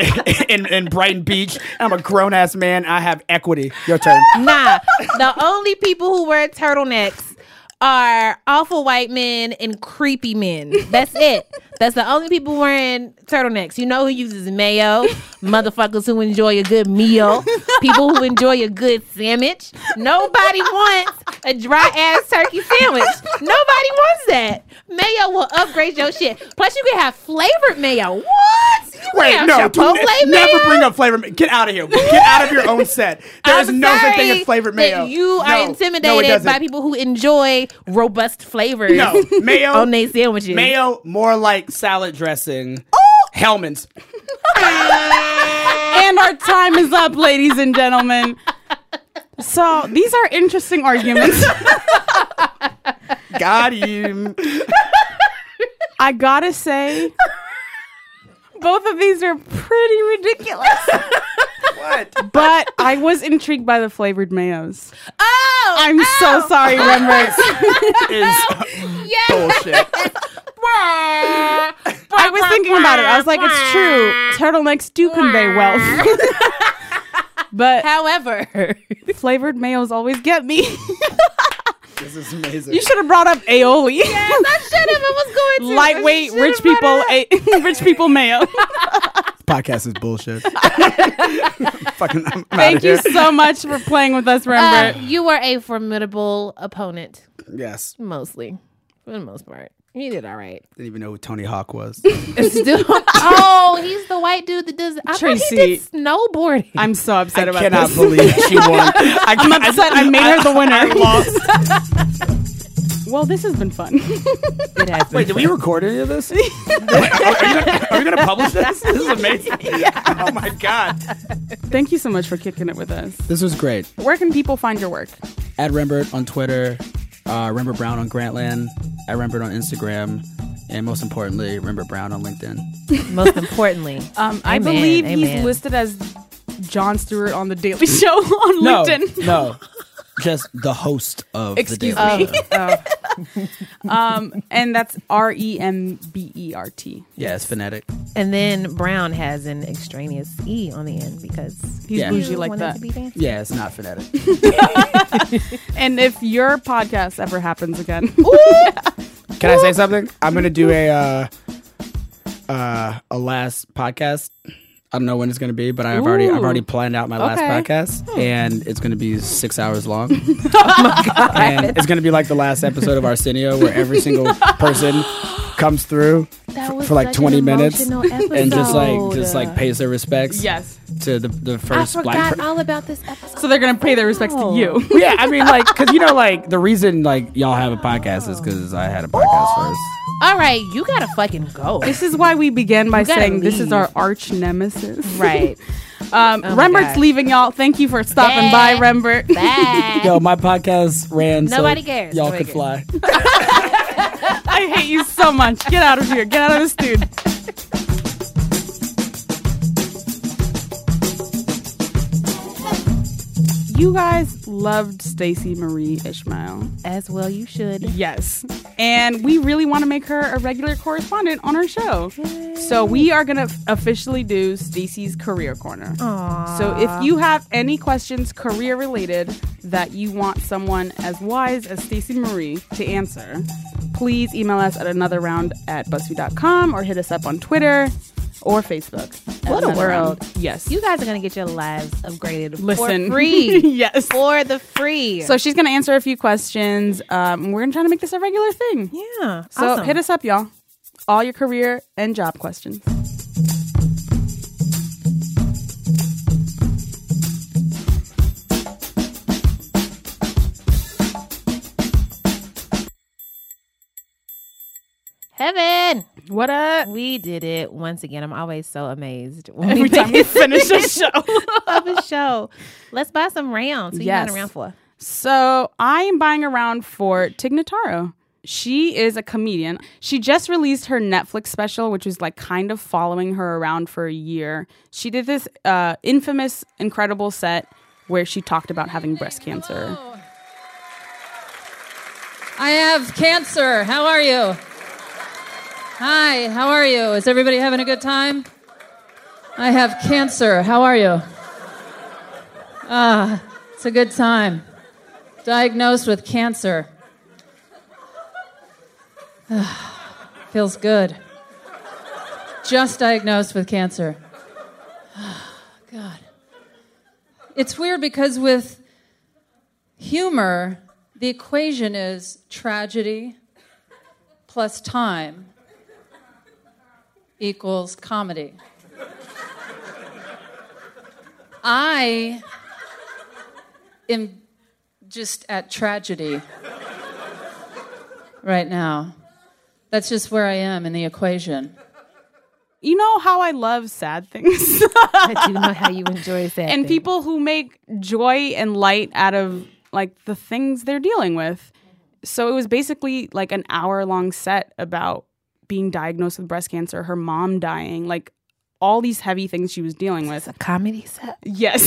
in, in Brighton Beach. I'm a grown ass man. I have equity. Your turn. Nah. the only people who wear turtlenecks are awful white men and creepy men. That's it. That's the only people wearing turtlenecks. You know who uses mayo? Motherfuckers who enjoy a good meal. People who enjoy a good sandwich. Nobody wants a dry ass turkey sandwich. Nobody wants that. Mayo will upgrade your shit. Plus, you can have flavored mayo. What? You can Wait, have no, Chipotle dude, never mayo? bring up flavor. ma- Get out of here. Get out of your own set. There is I'm no such thing sorry as flavored that mayo. you No. are No, it intimidated by doesn't. people who enjoy robust flavors. No, mayo. on their sandwiches. Mayo, more like salad dressing. Hellman's. and our time is up, ladies and gentlemen. So these are interesting arguments. Got him. I gotta say, both of these are pretty ridiculous. what? But I was intrigued by the flavored mayos. Oh, I'm oh, so sorry, Rembrandt. Is Yeah. bullshit. I was thinking about it. I was like, it's true. Turtlenecks do convey wealth. But However, flavored mayos always get me. This is amazing. You should have brought up aioli. I should have. I was going to Lightweight, Should've rich brought it people, up. a- rich people mayo. Podcast is bullshit. Fucking. I'm outta Thank you here. so much for playing with us, Rembrandt. Uh, you were a formidable opponent, Yes. mostly for the most part. You did all right. Didn't even know who Tony Hawk was. Still, oh, he's the white dude that does. I thought he did Tracy. snowboarding. I'm so upset I about cannot this. believe she won. I, I'm upset. I, made her the winner. lost. well, this has been fun. It has been Wait, did we record any of this? Wait, are, are you gonna, are we gonna publish this? This is amazing. Oh my god. Thank you so much for kicking it with us. This was great. Where can people find your work? at Rembert on Twitter, uh, Rembert Brown on Grantland, at Rembert on Instagram, and most importantly, Rembert Brown on LinkedIn. Most importantly, Um, I Amen, believe he's amen. listed as John Stewart on the Daily Show on LinkedIn. no, just the host of Excuse the Daily me. Show. Oh. um, and that's R E M B E R T. Yeah, it's phonetic. and then Brown has an extraneous e on the end because He's Yeah. bougie you like want it that. to be fancy. Yeah, it's not phonetic. And if your podcast ever happens again, Can I say something? I'm gonna do a uh, uh, a last podcast. I don't know when it's gonna be, but I've already I've Ooh. already planned out my Okay. last Hmm. podcast, and it's gonna be six hours long. Oh And it's gonna be like the last episode of Arsenio, where every single person comes through That f- was for like such 20 an minutes emotional and just like just episode. like pays their respects Yes. to the, the I first black forgot per- all about this episode. So they're gonna pay their respects to you. Oh. yeah i mean like because you know like the reason like y'all have a podcast is because i had a podcast first All right, you gotta fucking go. This is why we began by You gotta saying this is leave. our arch nemesis. right. Um, Oh my Rembert's God. leaving, y'all. Thank you for stopping by, Bye. Rembert. Bad. yo my podcast ran Nobody so cares. y'all Nobody could cares. fly I hate you so much. Get out of here. Get out of this dude. You guys loved Stacey Marie Ishmael. As well, you should. Yes. And we really want to make her a regular correspondent on our show. So we are going to officially do Stacey's Career Corner. So if you have any questions career related that you want someone as wise as Stacey Marie to answer, please email us at another round at BuzzFeed.com or hit us up on Twitter or Facebook. at What a Another world. Round. Yes. You guys are gonna get your lives upgraded Listen. for free. Yes. for the free. so she's going to answer a few questions. Um, we're going to try to make this a regular thing. yeah, So awesome. hit us up, y'all. All your career and job questions. heaven. What up? We did it once again. I'm always so amazed when Every we time we finish a show. have a show. Let's buy some rounds. Who you Yes. buying a round for? So I am buying a round for Tignataro. She is a comedian. She just released her Netflix special, which was like kind of following her around for a year. She did this uh, infamous, incredible set where she talked about having breast cancer. I have cancer. How are you? Hi, how are you? Is everybody having a good time? I have cancer. How are you? Ah, it's a good time. Diagnosed with cancer. Ah, feels good. Just diagnosed with cancer. Ah, God. It's weird because with humor, the equation is tragedy plus time equals comedy. I am just at tragedy right now. That's just where I am in the equation. You know how I love sad things? I do know how you enjoy that. and people who make joy and light out of like the things they're dealing with. So it was basically like an hour long set about being diagnosed with breast cancer, her mom dying, like all these heavy things she was dealing with. comedy set. Yes.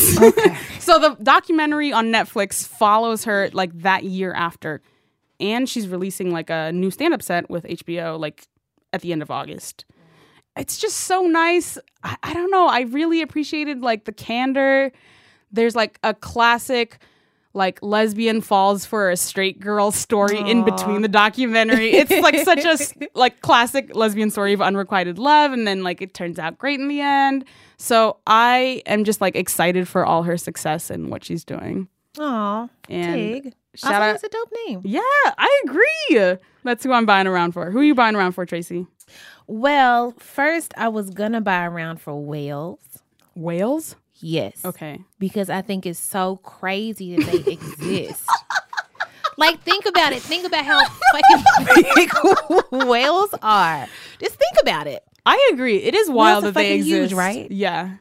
so the documentary on Netflix follows her like that year after. And she's releasing like a new stand up set with HBO like at the end of August. It's just so nice. I, I don't know. I really appreciated like the candor. There's like a classic like lesbian falls for a straight girl story in between the documentary. It's like such a s- like classic lesbian story of unrequited love and then like it turns out great in the end. So I am just like excited for all her success and what she's doing. Aw, And Tig. shout also, out- that's a dope name. Yeah, I agree. That's who I'm buying around for. Who are you buying around for, Tracy? Well, first I was gonna buy a round for whales. Whales? Yes. Okay. because I think it's so crazy that they exist. Like, think about it. Think about how fucking big whales are. Just think about it. I agree. It is wild are that they fucking huge, exist. right? Yeah.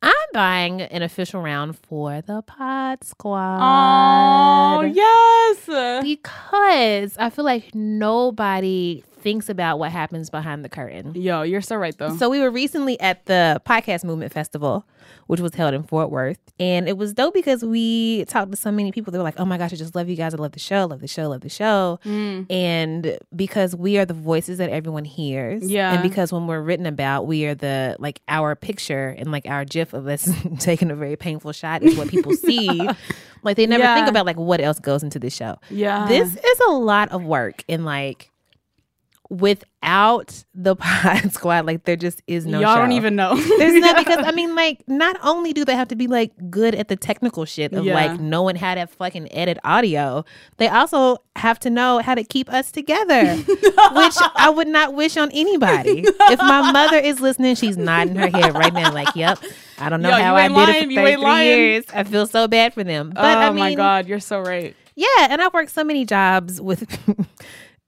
I'm buying an official round for the Pod Squad. Oh, yes. Because I feel like nobody thinks about what happens behind the curtain. Yo, you're so right though. So we were recently at the Podcast Movement Festival, which was held in Fort Worth, and it was dope because we talked to so many people. They were like, "Oh my gosh, I just love you guys! I love the show, love the show, love the show!" Mm. And because we are the voices that everyone hears, Yeah. and because when we're written about, we are the like our picture and like our GIF of us taking a very painful shot is what people see. Like they never Yeah. think about like what Uh, else goes into this show yeah. this is a lot of work and like without without the pod squad, like there just is no. Y'all don't show. even know. There's no because I mean, like, not only do they have to be like good at the technical shit of Yeah. like knowing how to fucking edit audio, they also have to know how to keep us together, which I would not wish on anybody. If my mother is listening, she's nodding her head right now, like, "Yep, I don't know Yo, how you I ain't did it lying, for you ain't 33 lying." years. I feel so bad for them." But oh I mean, my god, you're so right. yeah, and I've worked so many jobs with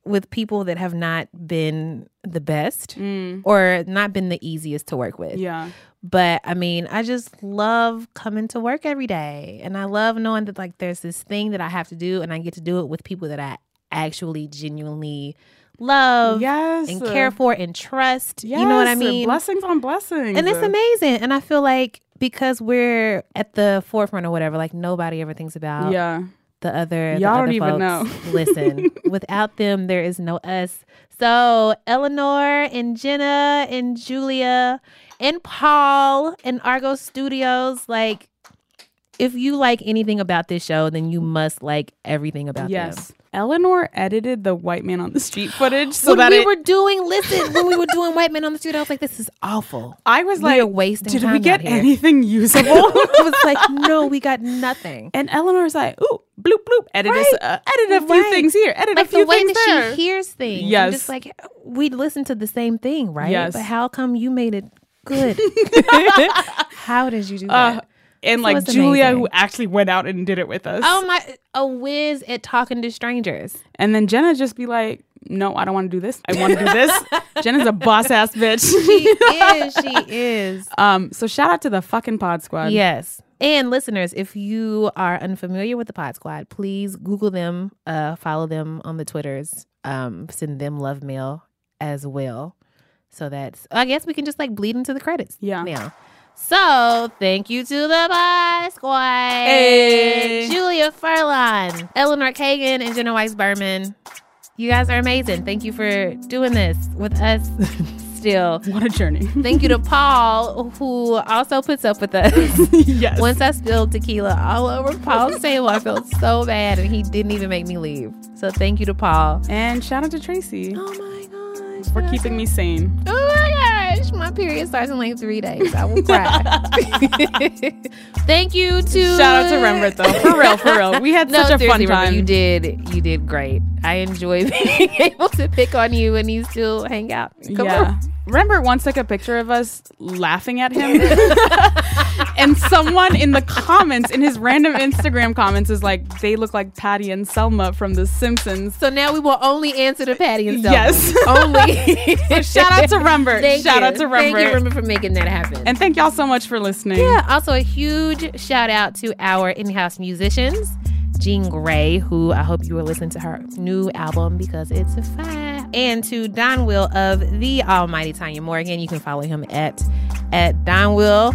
with people that have not been the best or not been the easiest to work with. Mm. Yeah. But I mean, I just love coming to work every day. And I love knowing that like there's this thing that I have to do and I get to do it with people that I actually genuinely love Yes. and care for and trust. You know what I Yes, mean? Blessings on blessings. And it's amazing. And I feel like because we're at the forefront or whatever, like nobody ever thinks about Yeah. the other the Y'all other don't even folks. listen without them there is no us so eleanor and jenna and julia and paul and argo studios like if you like anything about this show then you must like everything about them Yes. Eleanor edited the white man on the street footage so when that we it, were doing listen when we were doing white men on the street i was like this is awful I was we like, are wasting did time we out get here." anything usable? i was like no we got nothing and Eleanor's like, ooh, bloop bloop, edit this, Right. uh, edit a few Right. things here, edit a like few the way things that there. she hears things. Yes. Yes. Just like we listen to the same thing, right? Yes. But how come you made it good? how did you do that? Uh, and So like it's Julia, amazing. who actually went out and did it with us. oh my a whiz at talking to strangers. And then Jenna just be like, no, I don't want to do this. I want to do this. Jenna's a boss ass bitch. She is, she is. um, so shout out to the fucking pod squad. Yes. And listeners, if you are unfamiliar with the Pod Squad, please Google them, uh, follow them on the Twitters, um, send them love mail as well. So that's, I guess we can just like bleed into the credits. Yeah. Now. So thank you to the Pod Squad. Hey. Julia Furlan, Eleanor Kagan, and Jenna Weiss Berman. You guys are amazing. Thank you for doing this with us still. What a journey. Thank you to Paul, who also puts up with us. yes. Once I spilled tequila all over Paul's table, I felt so bad, and he didn't even make me leave. So thank you to Paul. and shout out to Tracy Oh my gosh! for that's- keeping me sane. Oh my gosh! My period starts in like three days. I will cry. thank you to Shout out to Rembrandt though. For real, for real. We had No, such a fun seriously, Rembrandt, time. You did, you did great. I enjoy being able to pick on you, and you still hang out. Come yeah. on. Rembrandt once took a picture of us laughing at him. and someone in the comments, in his random Instagram comments, is like, they look like Patty and Selma from The Simpsons. So now we will only answer to Patty and Selma. Yes. only. Shout out to Rembert. Thank shout you. out to Thank you, Rembert. Rembert, for making that happen. And thank y'all so much for listening. yeah, also a huge shout out to our in-house musicians, Jean Gray, who I hope you will listen to her new album because it's a fire. And to Don Will of the Almighty Tanya Morgan. You can follow him at at Don Will.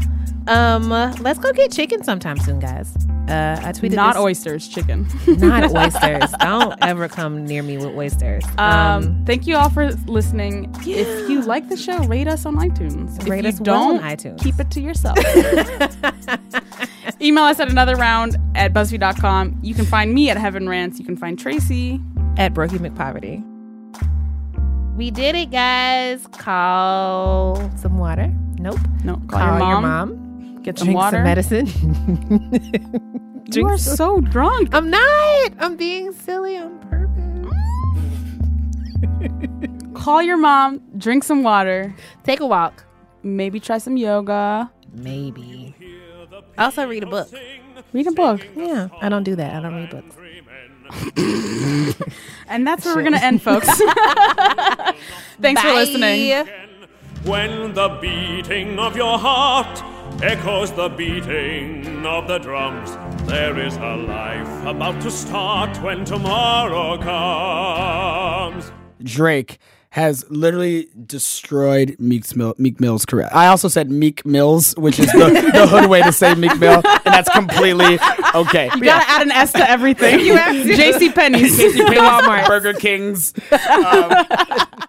Um, let's go get chicken sometime soon, guys. Uh, I tweeted Not this- oysters, chicken. not oysters. Don't ever come near me with oysters. Um, thank you all for listening. If you like the show, rate us on iTunes. If Rate you us well don't, on iTunes. keep it to yourself. Email us at another round at BuzzFeed.com. You can find me at Heaven Rants. You can find Tracy. at Brokey McPoverty. We did it, guys. Call some water. Nope. No, call, Call, your, mom, your mom. Get some Drink water. some medicine. you are so drunk. I'm not. I'm being silly on purpose. Call your mom. Drink some water. Take a walk. Maybe try some yoga. Maybe. Also read a book. Read a book. Yeah, I don't do that. I don't read books. And that's where we're going to end, folks. Thanks for listening. When the beating of your heart echoes the beating of the drums, there is a life about to start when tomorrow comes. Drake has literally destroyed Meek's Mill, Meek Mill's career. I also said Meek Mills, which is the, the hood way to say Meek Mill, and that's completely okay. You gotta add an S to everything. you have to. JC Penney's. Walmart, Burger King's. Um,